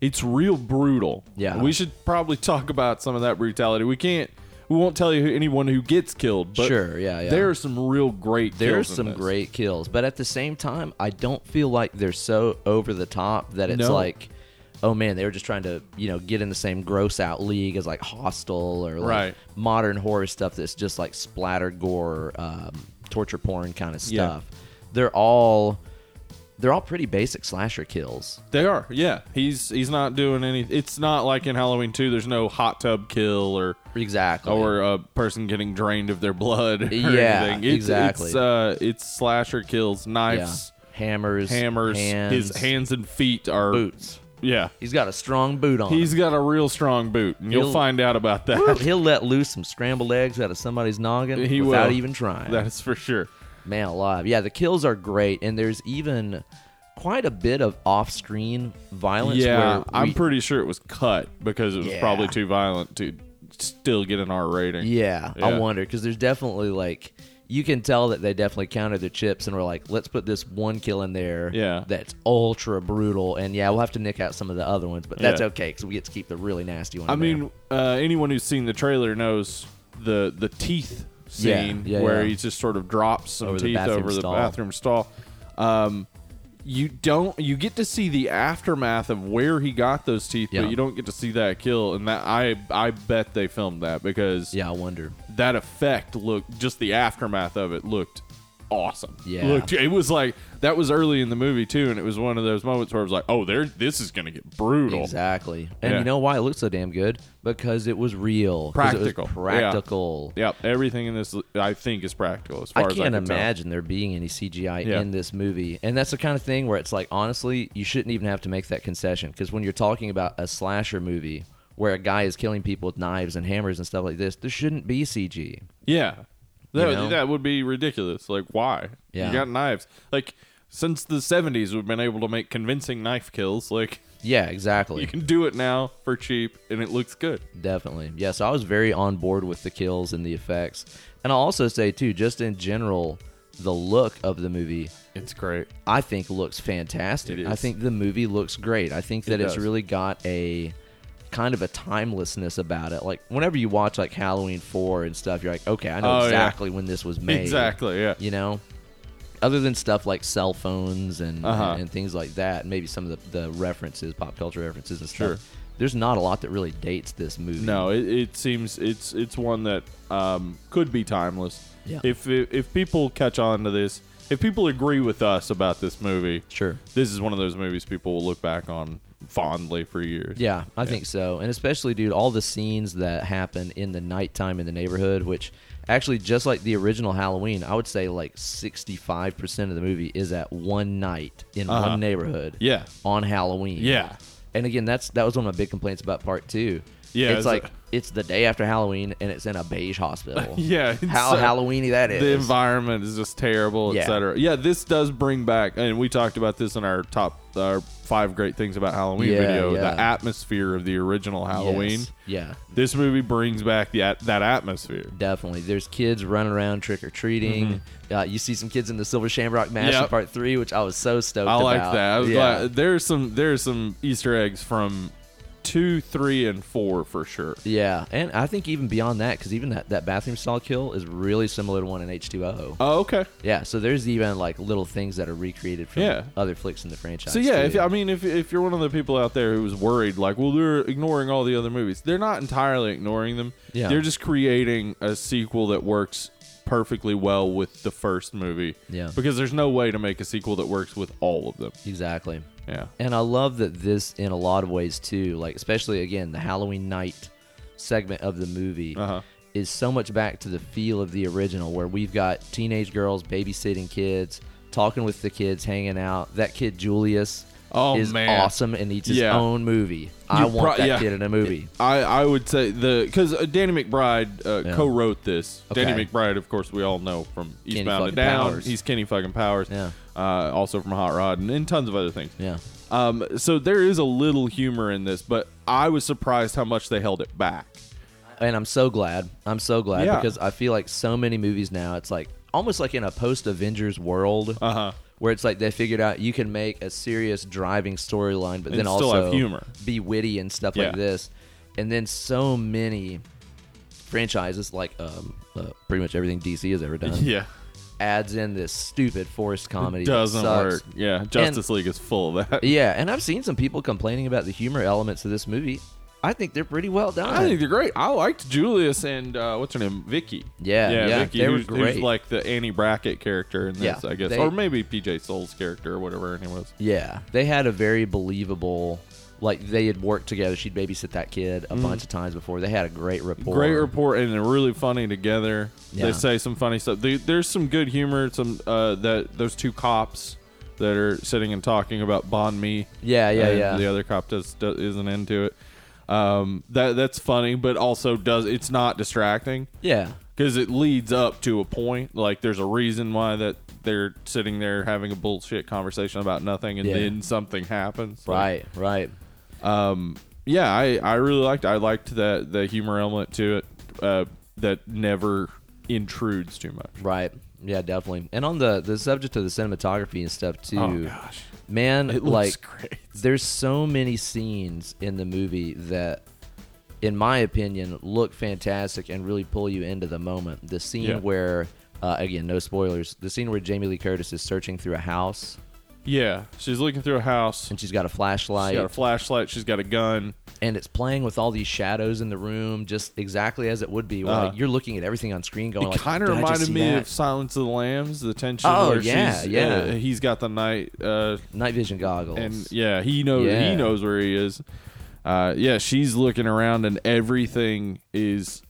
Speaker 2: it's real brutal.
Speaker 1: Yeah.
Speaker 2: we should probably talk about some of that brutality. We can't. We won't tell you who- anyone who gets killed. But
Speaker 1: Sure, yeah, yeah.
Speaker 2: There are some real great.
Speaker 1: There's
Speaker 2: kills in
Speaker 1: some
Speaker 2: this.
Speaker 1: great kills, but at the same time, I don't feel like they're so over the top that it's
Speaker 2: No.
Speaker 1: like, oh man, they were just trying to you know get in the same gross out league as like Hostel or like
Speaker 2: Right.
Speaker 1: modern horror stuff that's just like splatter gore, um, torture porn kind of
Speaker 2: Yeah.
Speaker 1: stuff. They're all they're all pretty basic slasher kills.
Speaker 2: They are. Yeah, he's he's not doing any. It's not like in Halloween two. There's no hot tub kill or
Speaker 1: Exactly.
Speaker 2: or a person getting drained of their blood. <laughs> Or
Speaker 1: Oh, Yeah,
Speaker 2: anything. It's,
Speaker 1: exactly.
Speaker 2: It's, uh, it's slasher kills,
Speaker 1: yeah.
Speaker 2: knives,
Speaker 1: hammers,
Speaker 2: hammers.
Speaker 1: hands,
Speaker 2: his hands and feet are
Speaker 1: boots.
Speaker 2: Yeah,
Speaker 1: He's got a strong boot on. him.
Speaker 2: he's got a real strong boot, and you'll
Speaker 1: He'll-
Speaker 2: find out about that.
Speaker 1: He'll- He'll let loose some scrambled eggs out of somebody's noggin
Speaker 2: <laughs> He
Speaker 1: without
Speaker 2: will.
Speaker 1: even trying.
Speaker 2: That's for sure.
Speaker 1: Man alive. Yeah, the kills are great, and there's even quite a bit of off screen violence.
Speaker 2: yeah,
Speaker 1: where
Speaker 2: I'm
Speaker 1: we-
Speaker 2: pretty sure it was cut because it was
Speaker 1: Yeah.
Speaker 2: probably too violent to still get an R rating.
Speaker 1: Yeah,
Speaker 2: Yeah.
Speaker 1: I wonder because there's definitely like you can tell that they definitely counted their chips and were like, let's put this one kill in there
Speaker 2: Yeah.
Speaker 1: that's ultra brutal. And yeah, we'll have to nick out some of the other ones, but that's
Speaker 2: Yeah.
Speaker 1: okay because we get to keep the really nasty one.
Speaker 2: I
Speaker 1: in there.
Speaker 2: mean, uh, anyone who's seen the trailer knows the the teeth
Speaker 1: Yeah,
Speaker 2: scene
Speaker 1: yeah,
Speaker 2: where
Speaker 1: yeah.
Speaker 2: he just sort of drops some
Speaker 1: Over the
Speaker 2: teeth
Speaker 1: bathroom
Speaker 2: over the
Speaker 1: stall.
Speaker 2: bathroom stall. Um, you don't you get to see the aftermath of where he got those teeth,
Speaker 1: Yeah.
Speaker 2: but you don't get to see that kill. And that I I bet they filmed that because
Speaker 1: yeah, I wonder.
Speaker 2: that effect looked just the aftermath of it looked awesome.
Speaker 1: Yeah.
Speaker 2: Looked it was like that was early in the movie too, and it was one of those moments where it was like, Oh, there this is gonna get brutal.
Speaker 1: Exactly. And
Speaker 2: Yeah.
Speaker 1: you know why it looks so damn good? Because it was real. 'Cause it was
Speaker 2: Practical. Yeah.
Speaker 1: practical.
Speaker 2: Yep, everything in this I think is practical as far
Speaker 1: I
Speaker 2: as
Speaker 1: can't
Speaker 2: I can tell.
Speaker 1: imagine there being any CGI
Speaker 2: Yeah.
Speaker 1: in this movie. And that's the kind of thing where it's like, honestly, you shouldn't even have to make that concession. Because when you're talking about a slasher movie where a guy is killing people with knives and hammers and stuff like this, there shouldn't be CG.
Speaker 2: Yeah. That,
Speaker 1: You know?
Speaker 2: that would be ridiculous. Like why?
Speaker 1: Yeah.
Speaker 2: You got knives. Like since the 70s we've been able to make convincing knife kills. Like
Speaker 1: Yeah, exactly.
Speaker 2: you can do it now for cheap and it looks good.
Speaker 1: Definitely. Yeah, so I was very on board with the kills and the effects. And I'll also say, too, just in general, the look of the movie
Speaker 2: It's great.
Speaker 1: I think looks fantastic.
Speaker 2: It
Speaker 1: I
Speaker 2: is.
Speaker 1: think the movie looks great. I think that it's
Speaker 2: does.
Speaker 1: really got a kind of a timelessness about it. Like whenever you watch like Halloween 4 and stuff, you're like, "Okay, I know
Speaker 2: Oh, yeah.
Speaker 1: exactly when this was made."
Speaker 2: Exactly, yeah.
Speaker 1: You know? Other than stuff like cell phones and
Speaker 2: Uh-huh.
Speaker 1: and things like that, maybe some of the, the references, pop culture references and stuff.
Speaker 2: Sure.
Speaker 1: There's not a lot that really dates this movie.
Speaker 2: No, it, it seems it's it's one that um, could be timeless.
Speaker 1: Yeah.
Speaker 2: If if people catch on to this, if people agree with us about this movie,
Speaker 1: Sure.
Speaker 2: this is one of those movies people will look back on fondly for years.
Speaker 1: Yeah, I think so. And especially, dude, all the scenes that happen in the nighttime in the neighborhood, which actually, just like the original Halloween, I would say like 65% of the movie is at one night in
Speaker 2: Uh-huh.
Speaker 1: one neighborhood.
Speaker 2: Yeah.
Speaker 1: On Halloween.
Speaker 2: Yeah.
Speaker 1: And again, that's that was one of my big complaints about part two.
Speaker 2: Yeah,
Speaker 1: It's,
Speaker 2: it's
Speaker 1: like,
Speaker 2: a-
Speaker 1: it's the day after Halloween and it's in a beige hospital.
Speaker 2: <laughs> Yeah, it's
Speaker 1: How
Speaker 2: a-
Speaker 1: Halloweeny that is.
Speaker 2: The environment is just terrible,
Speaker 1: Yeah.
Speaker 2: etc. Yeah, this does bring back, and we talked about this in our top our five great things about Halloween
Speaker 1: Yeah,
Speaker 2: video.
Speaker 1: yeah.
Speaker 2: The atmosphere of the original
Speaker 1: Yes.
Speaker 2: Halloween.
Speaker 1: Yeah.
Speaker 2: This movie brings back the at, that atmosphere.
Speaker 1: Definitely. There's kids running around trick or treating. Uh, you see some kids in the Silver Shamrock Mash in
Speaker 2: Mm-hmm. Yep.
Speaker 1: Part Three, which I was so stoked.
Speaker 2: I like
Speaker 1: about.
Speaker 2: that. I was
Speaker 1: Yeah.
Speaker 2: glad. There's some there's some Easter eggs from two, three, and four for sure.
Speaker 1: Yeah, and I think even beyond that, because even that, that bathroom stall kill is really similar to one in H two O.
Speaker 2: Oh, okay.
Speaker 1: Yeah, so there's even like little things that are recreated from
Speaker 2: Yeah.
Speaker 1: other flicks in the franchise.
Speaker 2: So yeah, if,
Speaker 1: too.
Speaker 2: I mean, if if you're one of the people out there who was worried, like, well, they're ignoring all the other movies. They're not entirely ignoring them.
Speaker 1: Yeah.
Speaker 2: They're just creating a sequel that works perfectly well with the first movie.
Speaker 1: Yeah.
Speaker 2: Because there's no way to make a sequel that works with all of them.
Speaker 1: exactly.
Speaker 2: Yeah.
Speaker 1: And I love that this, in a lot of ways too, like especially again the Halloween night segment of the movie
Speaker 2: Uh-huh.
Speaker 1: is so much back to the feel of the original, where we've got teenage girls babysitting kids, talking with the kids, hanging out. That kid Julius
Speaker 2: Oh,
Speaker 1: is
Speaker 2: man.
Speaker 1: awesome and needs his
Speaker 2: Yeah.
Speaker 1: own movie. I want
Speaker 2: pro-
Speaker 1: that
Speaker 2: yeah.
Speaker 1: kid in a movie.
Speaker 2: I, I would say the because Danny McBride uh,
Speaker 1: Yeah.
Speaker 2: co-wrote this.
Speaker 1: Okay.
Speaker 2: Danny McBride, of course, we all know from Eastbound
Speaker 1: fucking
Speaker 2: and Down.
Speaker 1: Powers.
Speaker 2: He's Kenny fucking Powers.
Speaker 1: Yeah.
Speaker 2: Uh, also from Hot Rod and, and tons of other things.
Speaker 1: Yeah.
Speaker 2: Um, so there is a little humor in this, but I was surprised how much they held it back.
Speaker 1: and I'm so glad. I'm so glad
Speaker 2: Yeah.
Speaker 1: because I feel like so many movies now, it's like almost like in a post Avengers world
Speaker 2: Uh-huh.
Speaker 1: where it's like they figured out you can make a serious driving storyline, but
Speaker 2: And
Speaker 1: then
Speaker 2: still
Speaker 1: also
Speaker 2: have humor.
Speaker 1: be witty and stuff like
Speaker 2: Yeah.
Speaker 1: this. And then so many franchises, like um, uh, pretty much everything DC has ever done,
Speaker 2: <laughs> Yeah.
Speaker 1: adds in this stupid forced comedy. that
Speaker 2: Doesn't
Speaker 1: sucks.
Speaker 2: work. Yeah. Justice League is full of that.
Speaker 1: Yeah, and I've seen some people complaining about the humor elements of this movie. I think they're pretty well done.
Speaker 2: <laughs> I think they're great. I liked Julius and uh, what's her name, Vicky.
Speaker 1: Yeah, yeah,
Speaker 2: Vicky,
Speaker 1: they were
Speaker 2: who's, who's
Speaker 1: great.
Speaker 2: like the Annie Brackett character in this,
Speaker 1: Yeah,
Speaker 2: I guess,
Speaker 1: they-
Speaker 2: or maybe PJ Souls character or whatever her name was.
Speaker 1: Yeah, they had a very believable. Like they had worked together. She'd babysit that kid a bunch of times before. They had a great rapport.
Speaker 2: Mm-hmm. Great report, and they're really funny together.
Speaker 1: Yeah.
Speaker 2: They say some funny stuff. They, there's some good humor. Some uh, that those two cops that are sitting and talking about Bon Me.
Speaker 1: Yeah, yeah,
Speaker 2: and
Speaker 1: yeah.
Speaker 2: The other cop does, does isn't into it. Um, that that's funny, but also does it's not distracting
Speaker 1: Yeah,
Speaker 2: because it leads up to a point. Like there's a reason why that they're sitting there having a bullshit conversation about nothing, and
Speaker 1: Yeah.
Speaker 2: then something happens. Like,
Speaker 1: right, right.
Speaker 2: um, yeah, I, I really liked. I liked that the humor element to it uh, that never intrudes too much.
Speaker 1: Right. Yeah, definitely. And on the the subject of the cinematography and stuff too.
Speaker 2: Oh gosh,
Speaker 1: Man,
Speaker 2: it looks
Speaker 1: like
Speaker 2: great.
Speaker 1: there's so many scenes in the movie that in my opinion look fantastic and really pull you into the moment. The scene
Speaker 2: Yeah.
Speaker 1: where uh, again, no spoilers. The scene where Jamie Lee Curtis is searching through a house
Speaker 2: Yeah, she's looking through a house.
Speaker 1: and she's got a flashlight
Speaker 2: She's got a flashlight. She's got a gun.
Speaker 1: and it's playing with all these shadows in the room just exactly as it would be. Where,
Speaker 2: Uh-huh.
Speaker 1: like, you're looking at everything on screen going
Speaker 2: it
Speaker 1: Oh, like,
Speaker 2: kind of
Speaker 1: "Did I just
Speaker 2: reminded
Speaker 1: see
Speaker 2: me
Speaker 1: that?"
Speaker 2: of Silence of the Lambs. The tension.
Speaker 1: Oh,
Speaker 2: where
Speaker 1: yeah,
Speaker 2: she's,
Speaker 1: yeah.
Speaker 2: uh, he's got the night, uh,
Speaker 1: night vision goggles.
Speaker 2: and yeah, he knows.
Speaker 1: Yeah.
Speaker 2: He knows where he is. Uh, yeah, she's looking around, and everything is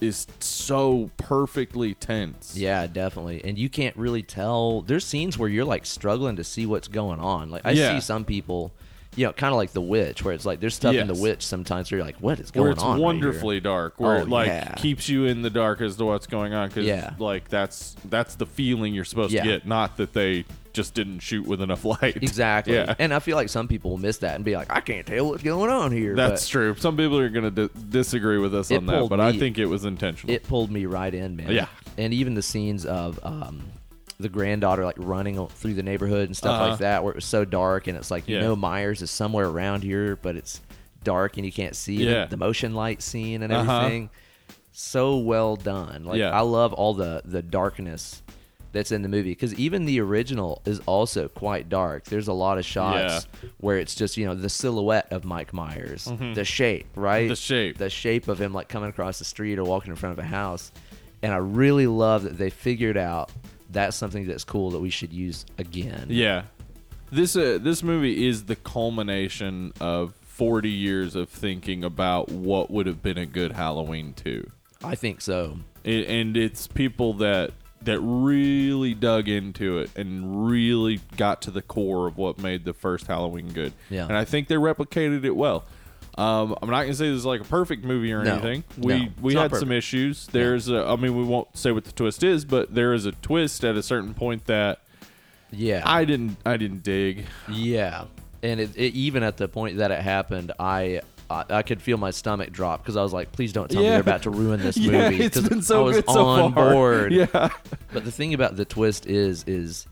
Speaker 2: is so perfectly tense.
Speaker 1: Yeah, definitely. And you can't really tell. There's scenes where you're like struggling to see what's going on. Like I
Speaker 2: Yeah.
Speaker 1: see some people, you know, kind of like The Witch, where it's like there's stuff in The
Speaker 2: Yes.
Speaker 1: Witch sometimes where you're like, what is going
Speaker 2: where it's
Speaker 1: on? right here?
Speaker 2: wonderfully dark, where
Speaker 1: Oh,
Speaker 2: it like
Speaker 1: yeah.
Speaker 2: keeps you in the dark as to what's going on, because
Speaker 1: Yeah.
Speaker 2: like that's that's the feeling you're supposed
Speaker 1: Yeah.
Speaker 2: to get, not that they just didn't shoot with enough <laughs> light.
Speaker 1: Exactly.
Speaker 2: Yeah.
Speaker 1: And I feel like some people will miss that and be like, I can't tell what's going on here.
Speaker 2: That's
Speaker 1: but
Speaker 2: true. Some people are going to di- disagree with us
Speaker 1: It
Speaker 2: on that,
Speaker 1: pulled
Speaker 2: but I
Speaker 1: me-
Speaker 2: think it was intentional.
Speaker 1: It pulled me right in, man.
Speaker 2: Yeah.
Speaker 1: And even the scenes of um, the granddaughter like running o- through the neighborhood and stuff
Speaker 2: Uh-huh.
Speaker 1: like that, where it was so dark and it's like you
Speaker 2: Yeah.
Speaker 1: know Myers is somewhere around here, but it's dark and you can't see the-
Speaker 2: Yeah.
Speaker 1: the, motion light scene and
Speaker 2: Uh-huh.
Speaker 1: everything. So well done. Like
Speaker 2: Yeah.
Speaker 1: I love all the the darkness that's in the movie because even the original is also quite dark. There's a lot of shots where it's just you know the silhouette of Mike Myers, the shape, right?
Speaker 2: Mm-hmm. The shape.
Speaker 1: the shape of him like coming across the street or walking in front of a house. And I really love that they figured out that's something that's cool that we should use again.
Speaker 2: yeah. This uh, this movie is the culmination of 40 years of thinking about what would have been a good Halloween 2.
Speaker 1: I think so.
Speaker 2: it, and it's people that that really dug into it and really got to the core of what made the first Halloween good.
Speaker 1: Yeah.
Speaker 2: and I think they replicated it well. Um, I'm not gonna say this is like a perfect movie or
Speaker 1: No.
Speaker 2: anything. We
Speaker 1: No.
Speaker 2: we
Speaker 1: It's not
Speaker 2: had some
Speaker 1: perfect.
Speaker 2: issues. There's a, I mean we won't say what the twist is, but there is a twist at a certain point that
Speaker 1: Yeah.
Speaker 2: I didn't I didn't dig.
Speaker 1: Yeah, and it, it, even at the point that it happened, I I, I could feel my stomach drop because I was like, "Please don't tell me
Speaker 2: Yeah.
Speaker 1: they're about to ruin <laughs> this
Speaker 2: <laughs> yeah,
Speaker 1: movie."
Speaker 2: it's
Speaker 1: 'cause
Speaker 2: been so
Speaker 1: I was
Speaker 2: good so
Speaker 1: on <laughs>
Speaker 2: far.
Speaker 1: board.
Speaker 2: <laughs> Yeah,
Speaker 1: But the thing about the twist is, is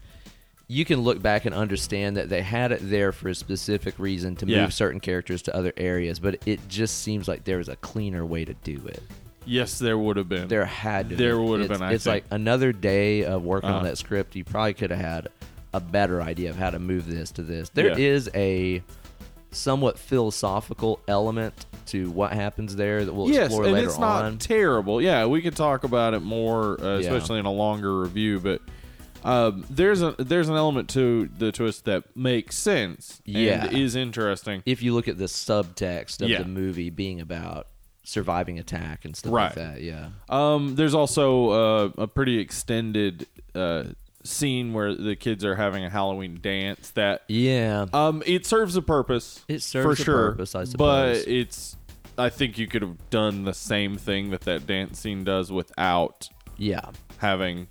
Speaker 1: you can look back and understand that they had it there for a specific reason to
Speaker 2: Yeah.
Speaker 1: move certain characters to other areas, but it just seems like there was a cleaner way to do it.
Speaker 2: yes, there would have been.
Speaker 1: There had to
Speaker 2: There
Speaker 1: be.
Speaker 2: would have
Speaker 1: It's-
Speaker 2: been, I
Speaker 1: it's
Speaker 2: think.
Speaker 1: like another day of working on
Speaker 2: Uh-huh.
Speaker 1: that script. You probably could have had a better idea of how to move this to this. There
Speaker 2: Yeah.
Speaker 1: is a somewhat philosophical element to what happens there that we'll
Speaker 2: yes,
Speaker 1: explore
Speaker 2: and
Speaker 1: later
Speaker 2: it's not
Speaker 1: on.
Speaker 2: terrible. Yeah, we could talk about it more, uh,
Speaker 1: Yeah.
Speaker 2: especially in a longer review. But um, there's a there's an element to the twist that makes sense.
Speaker 1: Yeah.
Speaker 2: and is interesting.
Speaker 1: if you look at the subtext of
Speaker 2: Yeah.
Speaker 1: the movie being about surviving attack and stuff like
Speaker 2: Right.
Speaker 1: that, yeah.
Speaker 2: Um, there's also uh, a pretty extended uh, scene where the kids are having a Halloween dance. That
Speaker 1: Yeah.
Speaker 2: um, it serves a purpose.
Speaker 1: It serves
Speaker 2: for
Speaker 1: a
Speaker 2: sure,
Speaker 1: purpose, I suppose.
Speaker 2: But it's I think you could have done the same thing that that dance scene does without
Speaker 1: yeah.
Speaker 2: having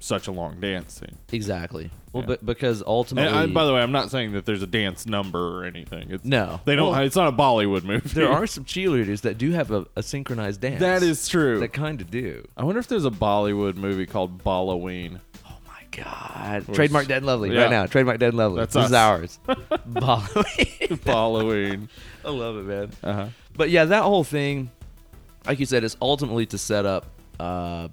Speaker 2: such a long dance scene.
Speaker 1: Exactly. Well,
Speaker 2: Yeah.
Speaker 1: but because
Speaker 2: And
Speaker 1: ultimately
Speaker 2: I, by the way, I'm not saying that there's a dance number or anything. It's,
Speaker 1: No.
Speaker 2: they don't.
Speaker 1: Well-
Speaker 2: it's not a Bollywood movie.
Speaker 1: there are some cheerleaders that do have a, a synchronized dance.
Speaker 2: <laughs> That is true.
Speaker 1: They kind of do.
Speaker 2: I wonder if there's a Bollywood movie called <laughs> Balloween.
Speaker 1: Oh my god! Trademark Dead and Lovely
Speaker 2: Yeah.
Speaker 1: right now. Trademark Dead and Lovely.
Speaker 2: That's
Speaker 1: this is
Speaker 2: us. <laughs>
Speaker 1: ours. Bali. <laughs>
Speaker 2: Balloween.
Speaker 1: I love it, man.
Speaker 2: Uh-huh.
Speaker 1: But yeah, that whole thing, like you said, is ultimately to set up. Um,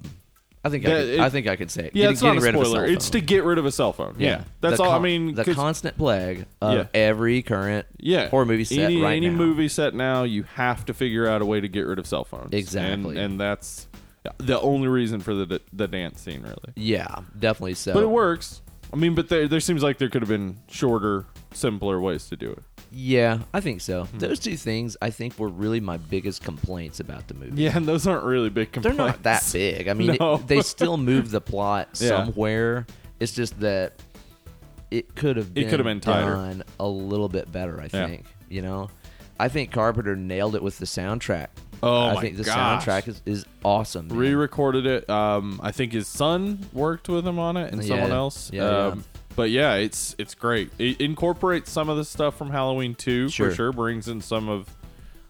Speaker 1: I think I,
Speaker 2: That-
Speaker 1: could,
Speaker 2: it-
Speaker 1: I think I could say it.
Speaker 2: Yeah,
Speaker 1: Getting-
Speaker 2: it's not a
Speaker 1: getting rid of
Speaker 2: spoiler.
Speaker 1: cell
Speaker 2: it's to
Speaker 1: phone.
Speaker 2: get rid of a cell phone. Yeah, that's
Speaker 1: The
Speaker 2: all. I
Speaker 1: con-
Speaker 2: mean,
Speaker 1: the
Speaker 2: 'cause-
Speaker 1: constant plague of
Speaker 2: Yeah.
Speaker 1: every current
Speaker 2: yeah,
Speaker 1: horror movie set
Speaker 2: any,
Speaker 1: right
Speaker 2: any
Speaker 1: now.
Speaker 2: movie set now, you have to figure out a way to get rid of cell phones.
Speaker 1: Exactly.
Speaker 2: and, and that's the only reason for the the dance scene, really.
Speaker 1: Yeah, definitely so.
Speaker 2: But it works. I mean, but there there seems like there could have been shorter, simpler ways to do it.
Speaker 1: Yeah, I think so.
Speaker 2: Hmm.
Speaker 1: Those two things, I think, were really my biggest complaints about the movie.
Speaker 2: Yeah, <laughs> and those aren't really big
Speaker 1: They're
Speaker 2: complaints.
Speaker 1: not that big. I mean, it-
Speaker 2: <laughs> No.
Speaker 1: they still move the plot
Speaker 2: <laughs> Yeah.
Speaker 1: somewhere. It's just that it could have been,
Speaker 2: could have been tighter.
Speaker 1: done a little bit better. I
Speaker 2: Yeah.
Speaker 1: think you know. I think Carpenter nailed it with the soundtrack.
Speaker 2: Oh
Speaker 1: I
Speaker 2: my
Speaker 1: think the
Speaker 2: gosh.
Speaker 1: soundtrack is, is awesome.
Speaker 2: <laughs>
Speaker 1: man.
Speaker 2: Re-recorded it. Um, I think his son worked with him on it, and someone
Speaker 1: Yeah.
Speaker 2: else.
Speaker 1: Yeah,
Speaker 2: um,
Speaker 1: yeah.
Speaker 2: But yeah, it's it's great. It incorporates some of the stuff from Halloween 2
Speaker 1: Sure.
Speaker 2: for sure. Brings in some of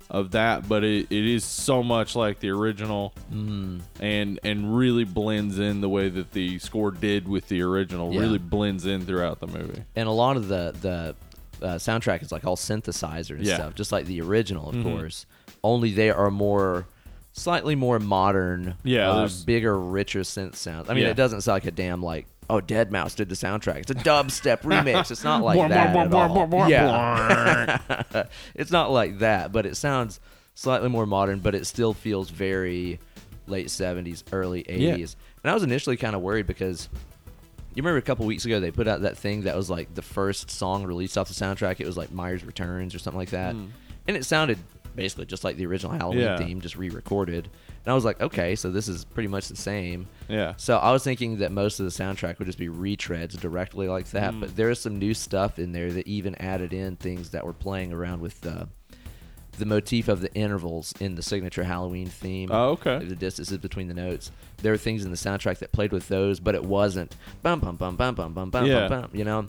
Speaker 2: of that, but it, it is so much like the original,
Speaker 1: Mm.
Speaker 2: and and really blends in the way that the score did with the original.
Speaker 1: Yeah.
Speaker 2: Really blends in throughout the movie.
Speaker 1: and a lot of the the uh, soundtrack is like all synthesizer and
Speaker 2: Yeah. Mm-hmm.
Speaker 1: stuff, just like the original, of course. Only they are more, slightly more modern.
Speaker 2: Yeah,
Speaker 1: uh,
Speaker 2: there's-
Speaker 1: bigger, richer synth sounds. I mean,
Speaker 2: Yeah.
Speaker 1: it doesn't sound like a damn like oh, Dead Mouse did the soundtrack. It's a
Speaker 2: <laughs>
Speaker 1: dubstep remix. It's not like
Speaker 2: Blah, blah,
Speaker 1: that
Speaker 2: blah,
Speaker 1: at
Speaker 2: blah,
Speaker 1: all.
Speaker 2: blah, blah,
Speaker 1: Yeah, <laughs> it's not like that, but it sounds slightly more modern, but it still feels very late '70s, early
Speaker 2: Yeah.
Speaker 1: '80s. And I was initially kind of worried because you remember a couple weeks ago they put out that thing that was like the first song released off the soundtrack. It was like Myers Returns or something like that, and it sounded basically just like the original Halloween
Speaker 2: Yeah.
Speaker 1: theme, just re-recorded. And I was like, okay, so this is pretty much the same.
Speaker 2: Yeah.
Speaker 1: So I was thinking that most of the soundtrack would just be retreads directly like that, but
Speaker 2: Mm.
Speaker 1: there is some new stuff in there that even added in things that were playing around with the the motif of the intervals in the signature Halloween theme.
Speaker 2: Oh, okay.
Speaker 1: The distances between the notes. There were things in the soundtrack that played with those, but it wasn't bum bum bum bum bum bum bum
Speaker 2: Yeah.
Speaker 1: bum bum. You know.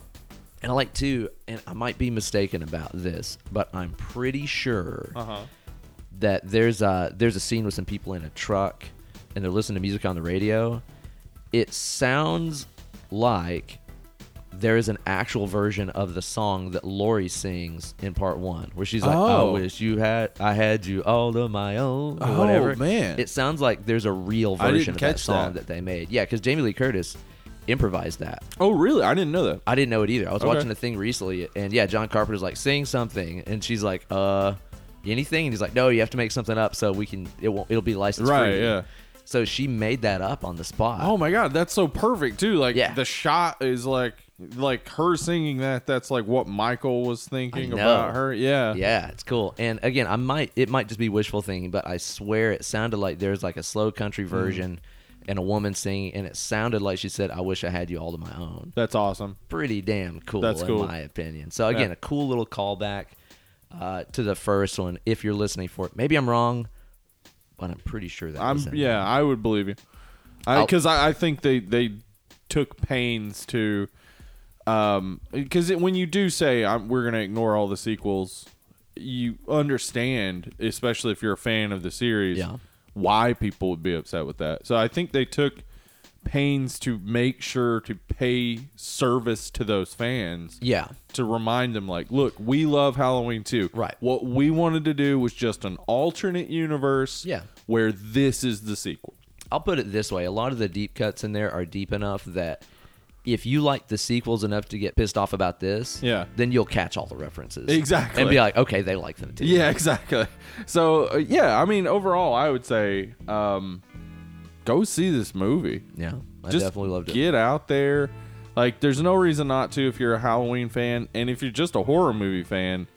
Speaker 1: And I like to, and I might be mistaken about this, but I'm pretty sure
Speaker 2: huh.
Speaker 1: that there's a there's a scene with some people in a truck and they're listening to music on the radio. It sounds like there is an actual version of the song that Lori sings in part one, where she's like,
Speaker 2: Oh.
Speaker 1: "I wish you had, I had you all to my own," or
Speaker 2: Oh,
Speaker 1: whatever.
Speaker 2: man.
Speaker 1: it sounds like there's a real
Speaker 2: I didn't
Speaker 1: version of that
Speaker 2: catch
Speaker 1: song that,
Speaker 2: that.
Speaker 1: they made. Yeah, because Jamie Lee Curtis improvised that.
Speaker 2: Oh, really? I didn't know that.
Speaker 1: I didn't know it either. I was
Speaker 2: Okay.
Speaker 1: watching a thing recently, and yeah, John Carpenter's like, sing something, and she's like, uh, anything, and he's like, no, you have to make something up so we can it won't it'll be licensed
Speaker 2: Right,
Speaker 1: free.
Speaker 2: yeah.
Speaker 1: So she made that up on the spot.
Speaker 2: Oh my god, that's so perfect too. Like
Speaker 1: Yeah.
Speaker 2: the shot is like like her singing that. That's like what Michael was thinking
Speaker 1: know.
Speaker 2: about her. Yeah.
Speaker 1: yeah, it's cool. And again, I might it might just be wishful thinking, but I swear it sounded like there's like a slow country
Speaker 2: Mm.
Speaker 1: version and a woman singing, and it sounded like she said, "I wish I had you all to my own."
Speaker 2: That's awesome.
Speaker 1: pretty damn cool,
Speaker 2: That's cool.
Speaker 1: in my opinion. So again,
Speaker 2: Yeah.
Speaker 1: a cool little callback uh, to the first one. If you're listening for it, maybe I'm wrong, but I'm pretty sure that.
Speaker 2: I'm
Speaker 1: was in it.
Speaker 2: yeah, I would believe you. I
Speaker 1: I'll-
Speaker 2: because I, I think they they took pains to um because when you do say I'm, we're gonna ignore all the sequels, you understand, especially if you're a fan of the series,
Speaker 1: Yeah.
Speaker 2: why people would be upset with that. So I think they took pains to make sure to pay service to those fans
Speaker 1: yeah,
Speaker 2: to remind them like look we love halloween too
Speaker 1: Right.
Speaker 2: what we wanted to do was just an alternate universe
Speaker 1: Yeah.
Speaker 2: where this is the sequel
Speaker 1: I'll put it this way: a lot of the deep cuts in there are deep enough that if you like the sequels enough to get pissed off about this,
Speaker 2: Yeah.
Speaker 1: then you'll catch all the references
Speaker 2: Exactly.
Speaker 1: and be like, okay, they like them too.
Speaker 2: yeah <laughs> exactly so uh, yeah i mean overall i would say um go see this movie
Speaker 1: yeah, I
Speaker 2: just
Speaker 1: definitely loved it.
Speaker 2: get out there like there's no reason not to if you're a halloween fan and if you're just a horror movie fan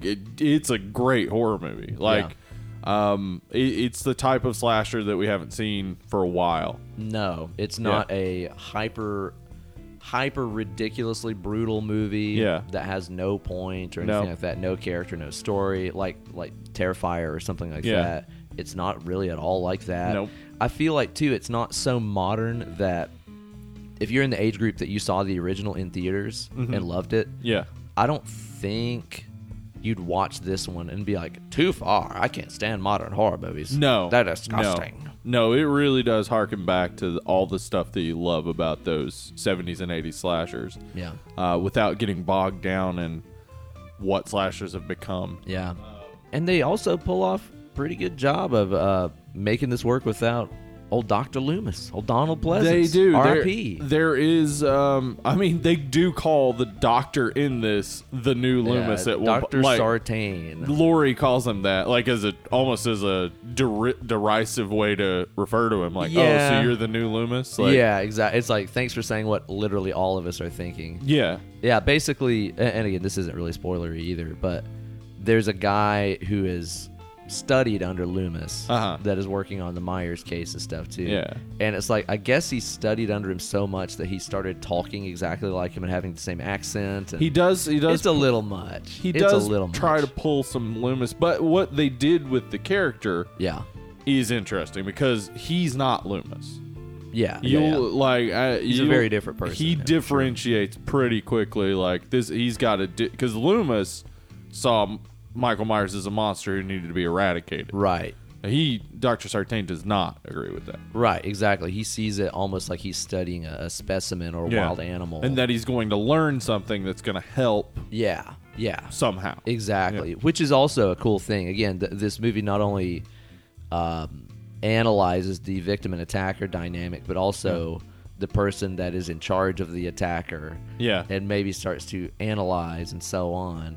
Speaker 2: it, it's a great horror movie like um it, it's the type of slasher that we haven't seen for a while
Speaker 1: No, it's not a hyper hyper ridiculously brutal movie
Speaker 2: Yeah.
Speaker 1: that has no point or
Speaker 2: No.
Speaker 1: anything like that, no character, no story, like like Terrifier or something like
Speaker 2: Yeah.
Speaker 1: that. It's not really at all like that.
Speaker 2: Nope.
Speaker 1: I feel like too it's not so modern that if you're in the age group that you saw the original in theaters and loved it,
Speaker 2: Mm-hmm. yeah
Speaker 1: I don't think you'd watch this one and be like, too far. I can't stand modern horror movies.
Speaker 2: No,
Speaker 1: They're
Speaker 2: no.
Speaker 1: disgusting.
Speaker 2: No, it really does harken back to all the stuff that you love about those '70s and '80s slashers,
Speaker 1: Yeah.
Speaker 2: uh, without getting bogged down in what slashers have become.
Speaker 1: Yeah. And they also pull off pretty good job of uh, making this work without old Dr. Loomis, old Donald
Speaker 2: They
Speaker 1: Pleasance.
Speaker 2: do. There-
Speaker 1: RIP.
Speaker 2: there is, um, I mean, they do call the doctor in this the new
Speaker 1: Yeah,
Speaker 2: Loomis at one
Speaker 1: Dr.
Speaker 2: po- like,
Speaker 1: Sartain.
Speaker 2: Lori calls him that, like as a almost as a deri- derisive way to refer to him, like, oh,
Speaker 1: Yeah.
Speaker 2: so you're the new Loomis, like,
Speaker 1: yeah, exactly. It's like, thanks for saying what literally all of us are thinking.
Speaker 2: yeah,
Speaker 1: Yeah, basically, a- and again, this isn't really spoilery either, but there's a guy who is studied under Loomis
Speaker 2: Uh-huh.
Speaker 1: that is working on the Myers case and stuff too.
Speaker 2: Yeah.
Speaker 1: And it's like I guess he studied under him so much that he started talking exactly like him and having the same accent. And
Speaker 2: he does, he does
Speaker 1: it's a little much.
Speaker 2: he
Speaker 1: It's
Speaker 2: does
Speaker 1: a little
Speaker 2: try
Speaker 1: much.
Speaker 2: to pull some Loomis, but what they did with the character
Speaker 1: Yeah,
Speaker 2: is interesting because he's not Loomis.
Speaker 1: yeah.
Speaker 2: You
Speaker 1: yeah, yeah.
Speaker 2: like uh,
Speaker 1: He's a
Speaker 2: you'll-
Speaker 1: very different person,
Speaker 2: He
Speaker 1: yeah, sure.
Speaker 2: differentiates pretty quickly. Like this, he's got a because Loomis saw Michael Myers is a monster who needed to be eradicated.
Speaker 1: Right.
Speaker 2: He, Doctor Sartain, does not agree with that.
Speaker 1: Right, exactly. He sees it almost like he's studying a, a specimen or a wild animal.
Speaker 2: and that he's going to learn something that's going to help
Speaker 1: yeah, yeah.
Speaker 2: somehow.
Speaker 1: Exactly, which is also a cool thing. Again, th- this movie not only um, analyzes the victim and attacker dynamic, but also the person that is in charge of the attacker.
Speaker 2: Yeah.
Speaker 1: and maybe starts to analyze and so on,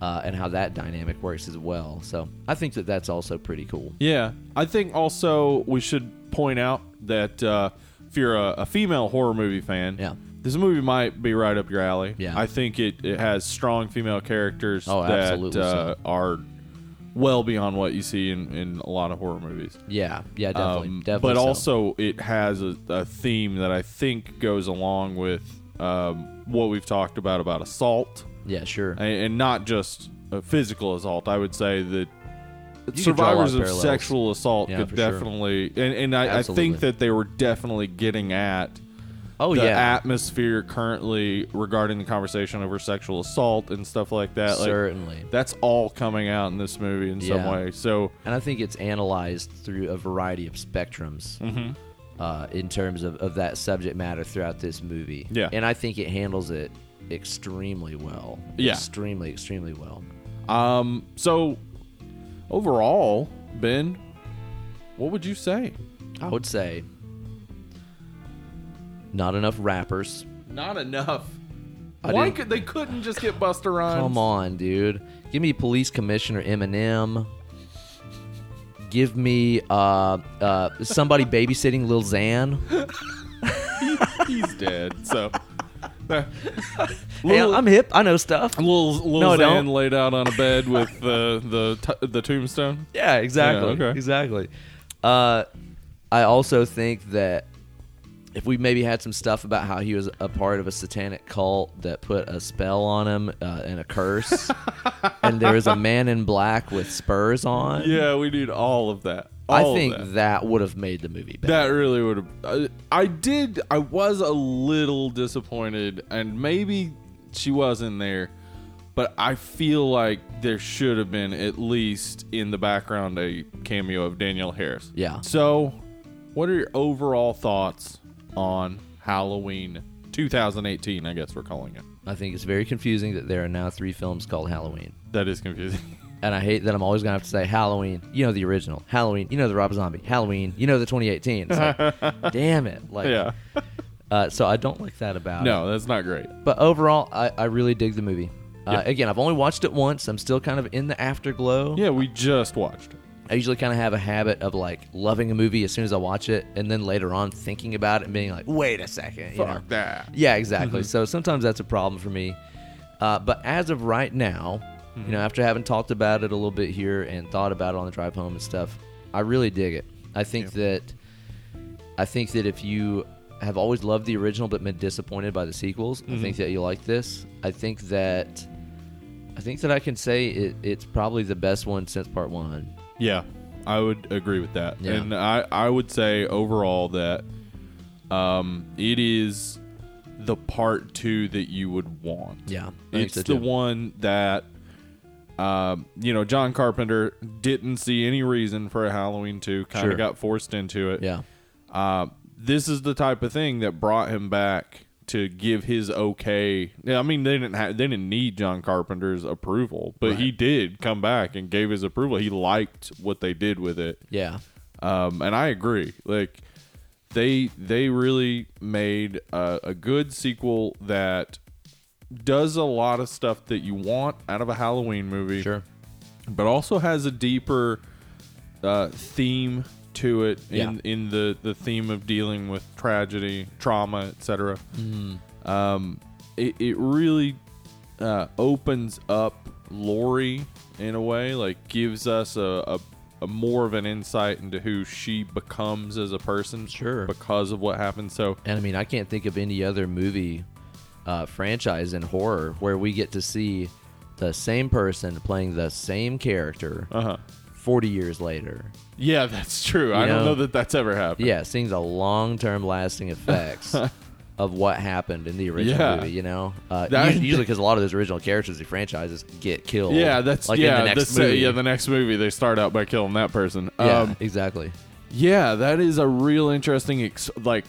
Speaker 1: uh, and how that dynamic works as well. So I think that that's also pretty cool.
Speaker 2: Yeah, I think also we should point out that uh, if you're a, a female horror movie fan,
Speaker 1: Yeah.
Speaker 2: this movie might be right up your alley.
Speaker 1: Yeah.
Speaker 2: I think it, it has strong female characters
Speaker 1: Oh,
Speaker 2: that
Speaker 1: absolutely so.
Speaker 2: uh, are well beyond what you see in, in a lot of horror movies.
Speaker 1: Yeah, yeah, definitely,
Speaker 2: Um,
Speaker 1: definitely.
Speaker 2: but
Speaker 1: so.
Speaker 2: also it has a, a theme that I think goes along with um, what we've talked about about assault
Speaker 1: yeah, sure.
Speaker 2: and, and not just a physical assault. I would say that
Speaker 1: could draw a lot
Speaker 2: survivors
Speaker 1: of
Speaker 2: of
Speaker 1: parallels.
Speaker 2: sexual assault
Speaker 1: Yeah,
Speaker 2: could
Speaker 1: for sure.
Speaker 2: definitely, and, and I, I
Speaker 1: Absolutely.
Speaker 2: think that they were definitely getting at
Speaker 1: oh
Speaker 2: the
Speaker 1: yeah,
Speaker 2: atmosphere currently regarding the conversation over sexual assault and stuff like that. Like,
Speaker 1: certainly.
Speaker 2: that's all coming out in this movie in some
Speaker 1: Yeah.
Speaker 2: way. So
Speaker 1: and I think it's analyzed through a variety of spectrums
Speaker 2: Mm-hmm.
Speaker 1: uh, in terms of, of that subject matter throughout this movie.
Speaker 2: Yeah.
Speaker 1: and I think it handles it extremely well.
Speaker 2: Yeah.
Speaker 1: extremely, extremely well.
Speaker 2: Um. So, overall, Ben, what would you say?
Speaker 1: I would say not enough rappers.
Speaker 2: Not enough.
Speaker 1: I
Speaker 2: Why
Speaker 1: didn't-
Speaker 2: could they couldn't just get Buster Rhymes?
Speaker 1: Come on, dude. Give me Police Commissioner Eminem. Give me uh, uh, somebody <laughs> babysitting Lil Xan.
Speaker 2: he's dead. So,
Speaker 1: <laughs> Hey, I'm hip. I know stuff.
Speaker 2: Lil, Lil
Speaker 1: No,
Speaker 2: Xan
Speaker 1: don't.
Speaker 2: laid out on a bed with the the t- the tombstone.
Speaker 1: Yeah, exactly.
Speaker 2: Yeah, okay.
Speaker 1: Exactly. Uh, I also think that if we maybe had some stuff about how he was a part of a satanic cult that put a spell on him uh, and a
Speaker 2: <laughs>
Speaker 1: curse, and there was a man in black with spurs on,
Speaker 2: Yeah, we need all of that.
Speaker 1: I
Speaker 2: All of
Speaker 1: think
Speaker 2: that.
Speaker 1: that, would have made the movie better.
Speaker 2: That really would have. I, I did. I was a little disappointed, and maybe she wasn't there, but I feel like there should have been at least in the background a cameo of Danielle Harris.
Speaker 1: Yeah.
Speaker 2: So, what are your overall thoughts on Halloween 2018? I guess we're calling it.
Speaker 1: I think it's very confusing that there are now three films called Halloween.
Speaker 2: That is confusing. <laughs>
Speaker 1: And I hate that I'm always gonna have to say Halloween. You know the original Halloween. You know the Rob Zombie Halloween. You know the 2018. It's like,
Speaker 2: <laughs>
Speaker 1: damn it! Like,
Speaker 2: yeah.
Speaker 1: uh, so I don't like that about it.
Speaker 2: No, that's not great.
Speaker 1: But overall, I, I really dig the movie. Uh, Again, I've only watched it once. I'm still kind of in the afterglow.
Speaker 2: Yeah, we just watched it.
Speaker 1: I usually kind of have a habit of like loving a movie as soon as I watch it, and then later on thinking about it and being like, "Wait a second, you know?
Speaker 2: Fuck that.
Speaker 1: Yeah, exactly.
Speaker 2: Mm-hmm.
Speaker 1: So sometimes that's a problem for me. Uh, but as of right now, you know,
Speaker 2: Mm-hmm.
Speaker 1: after having talked about it a little bit here and thought about it on the drive home and stuff, I really dig it. I think that I think that if you have always loved the original but been disappointed by the sequels, I think
Speaker 2: Mm-hmm.
Speaker 1: that you like this. I think that I think that I can say it, it's probably the best one since part one.
Speaker 2: Yeah, I would agree with that.
Speaker 1: Yeah.
Speaker 2: And I, I would say overall that um, it is the part two that you would want.
Speaker 1: Yeah, I think
Speaker 2: It's
Speaker 1: so
Speaker 2: the
Speaker 1: too.
Speaker 2: one that, um, you know, John Carpenter didn't see any reason for a Halloween 2, kind of
Speaker 1: Sure.
Speaker 2: got forced into it.
Speaker 1: Yeah,
Speaker 2: Uh, this is the type of thing that brought him back to give his okay. Yeah, I mean, they didn't have, they didn't need John Carpenter's approval, but he did come back and gave his approval. He liked what they did with it,
Speaker 1: yeah,
Speaker 2: um, and I agree. Like they they really made a, a good sequel that does a lot of stuff that you want out of a Halloween movie
Speaker 1: sure.
Speaker 2: but also has a deeper uh, theme to it in in the the theme of dealing with tragedy, trauma, etc.
Speaker 1: Mm-hmm.
Speaker 2: Um, it it really uh, opens up Lori in a way, like gives us a. a a more of an insight into who she becomes as a person,
Speaker 1: Sure.
Speaker 2: because of what happened. So,
Speaker 1: And I mean, I can't think of any other movie uh, franchise in horror where we get to see the same person playing the same character
Speaker 2: uh huh,
Speaker 1: 40 years later.
Speaker 2: yeah, that's true. I
Speaker 1: You
Speaker 2: don't
Speaker 1: know-
Speaker 2: know that that's ever happened. <laughs>
Speaker 1: Yeah, seeing the long term lasting effects of what happened in the original
Speaker 2: Yeah.
Speaker 1: movie. You know, uh,
Speaker 2: That- <laughs>
Speaker 1: us- usually because a lot of those original characters, the franchises, get killed.
Speaker 2: Yeah, that's
Speaker 1: like in
Speaker 2: yeah.
Speaker 1: the next
Speaker 2: the, sa-
Speaker 1: movie.
Speaker 2: Yeah, the next movie they start out by killing that person.
Speaker 1: Yeah,
Speaker 2: Um,
Speaker 1: exactly.
Speaker 2: yeah, that is a real interesting ex- like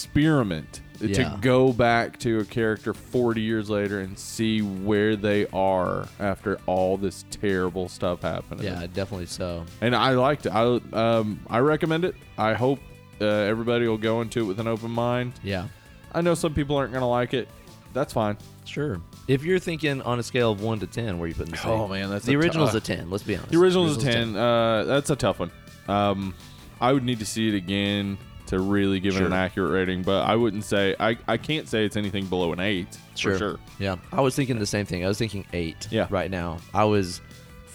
Speaker 2: experiment
Speaker 1: Yeah.
Speaker 2: to go back to a character 40 years later and see where they are after all this terrible stuff happened.
Speaker 1: Yeah, definitely so.
Speaker 2: and I liked it. I um, I recommend it. I hope uh, everybody will go into it with an open mind.
Speaker 1: Yeah,
Speaker 2: I know some people aren't gonna like it. That's fine.
Speaker 1: sure. If you're thinking on a scale of one to ten, where are you putting this?
Speaker 2: Oh,
Speaker 1: thing?
Speaker 2: man, that's
Speaker 1: the
Speaker 2: a
Speaker 1: original's
Speaker 2: tou-
Speaker 1: a ten. Let's be honest.
Speaker 2: The original's a ten. Uh, that's a tough one. Um, I would need to see it again to really give it
Speaker 1: Sure.
Speaker 2: an accurate rating, but I wouldn't say I, I can't say it's anything below an eight for sure. <laughs>
Speaker 1: Yeah. I was thinking the same thing. I was thinking eight
Speaker 2: Yeah.
Speaker 1: right now. I was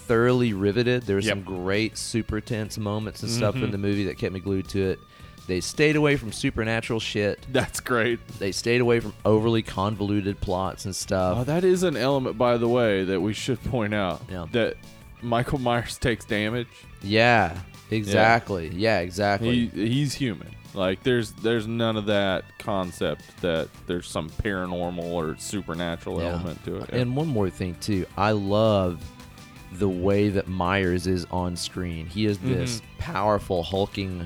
Speaker 1: thoroughly riveted. There were some
Speaker 2: Yep. Mm-hmm.
Speaker 1: great super tense moments and stuff in the movie that kept me glued to it. They stayed away from supernatural shit.
Speaker 2: That's great.
Speaker 1: They stayed away from overly convoluted plots and stuff.
Speaker 2: Oh, that is an element, by the way, that we should point out
Speaker 1: Yeah.
Speaker 2: that Michael Myers <laughs> takes damage.
Speaker 1: yeah. Exactly. Yeah, exactly.
Speaker 2: He he's human. Like there's there's none of that concept that there's some paranormal or supernatural
Speaker 1: Yeah.
Speaker 2: element to it.
Speaker 1: And one more thing too, I love the way that Myers is on screen. He is this
Speaker 2: Mm-hmm.
Speaker 1: powerful hulking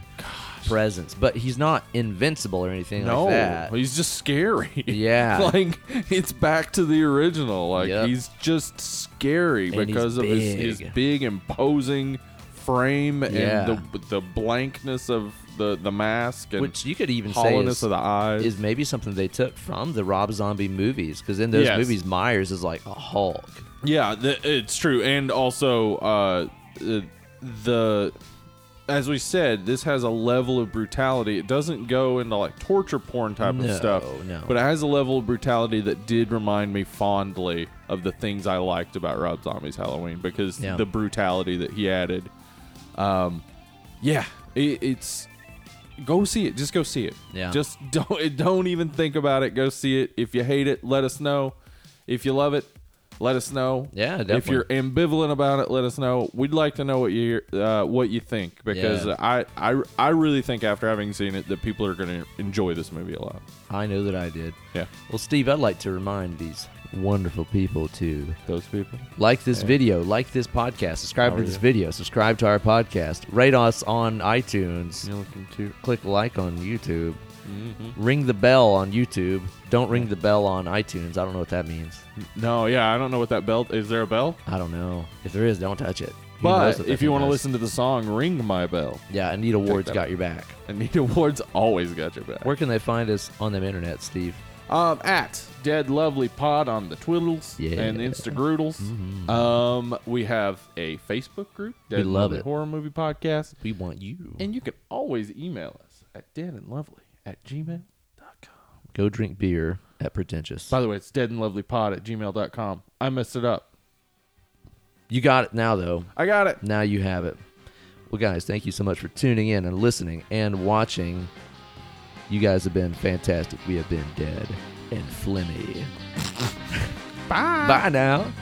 Speaker 1: presence, but he's not invincible or anything
Speaker 2: no,
Speaker 1: like that.
Speaker 2: he's just scary. <laughs>
Speaker 1: Yeah.
Speaker 2: like it's back to the original. Like
Speaker 1: Yep.
Speaker 2: he's just scary
Speaker 1: And he's
Speaker 2: because of his, his
Speaker 1: big.
Speaker 2: big imposing frame
Speaker 1: Yeah.
Speaker 2: and the the blankness of the the mask and
Speaker 1: Which you could even say
Speaker 2: hollowness
Speaker 1: is,
Speaker 2: of the eyes.
Speaker 1: is maybe something they took from the Rob Zombie movies, because in those
Speaker 2: Yes.
Speaker 1: movies Myers is like a Hulk.
Speaker 2: Yeah, th it's true, and also uh, uh, the as we said, this has a level of brutality. It doesn't go into like torture porn type
Speaker 1: No,
Speaker 2: of stuff,
Speaker 1: no.
Speaker 2: but it has a level of brutality that did remind me fondly of the things I liked about Rob Zombie's Halloween because
Speaker 1: Yeah.
Speaker 2: the brutality that he added. Um, yeah, it, it's go see it. Just go see it.
Speaker 1: Yeah.
Speaker 2: Just <laughs> don't don't even think about it. Go see it. If you hate it, let us know. If you love it, let us know.
Speaker 1: Yeah,
Speaker 2: If you're ambivalent about it, let us know. We'd like to know what you uh, what you think because
Speaker 1: Yeah.
Speaker 2: I, I I really think after having seen it that people are going to enjoy this movie a lot.
Speaker 1: I know that I did.
Speaker 2: Yeah.
Speaker 1: Well, Steve, I'd like to remind these wonderful people to
Speaker 2: Those people.
Speaker 1: like this video, like this podcast, subscribe
Speaker 2: Oh,
Speaker 1: to this video, subscribe to our podcast, rate us on iTunes,
Speaker 2: You're looking cute.
Speaker 1: click like on YouTube, ring the bell on YouTube. Don't ring the bell on iTunes. I don't know what that means.
Speaker 2: No, yeah, I don't know what that bell is. There a bell?
Speaker 1: I don't know. If there is, don't touch it. Who knows what
Speaker 2: But
Speaker 1: that
Speaker 2: if you
Speaker 1: thing
Speaker 2: want to
Speaker 1: does?
Speaker 2: listen to the song "Ring My Bell,"
Speaker 1: yeah, Anita Ward's
Speaker 2: that
Speaker 1: got
Speaker 2: up.
Speaker 1: your back.
Speaker 2: Anita Ward's always got your back.
Speaker 1: Where can they find us on the internet, Steve?
Speaker 2: Um, at Dead Lovely Pod on the Twiddles
Speaker 1: Yeah. Mm-hmm.
Speaker 2: and the Instagroodles. Um, we have a Facebook group, Dead and
Speaker 1: love
Speaker 2: Lovely
Speaker 1: it.
Speaker 2: Horror Movie Podcast.
Speaker 1: We want you.
Speaker 2: And you can always email us at deadandlovely at gmail.com.
Speaker 1: Go drink beer at Pretentious.
Speaker 2: By the way, it's deadandlovelypod at gmail.com. I messed it up.
Speaker 1: You got it now, though.
Speaker 2: I got it.
Speaker 1: Now you have it. Well, guys, thank you so much for tuning in and listening and watching. You guys have been fantastic. We have been dead and flimmy.
Speaker 2: Bye.
Speaker 1: Bye now.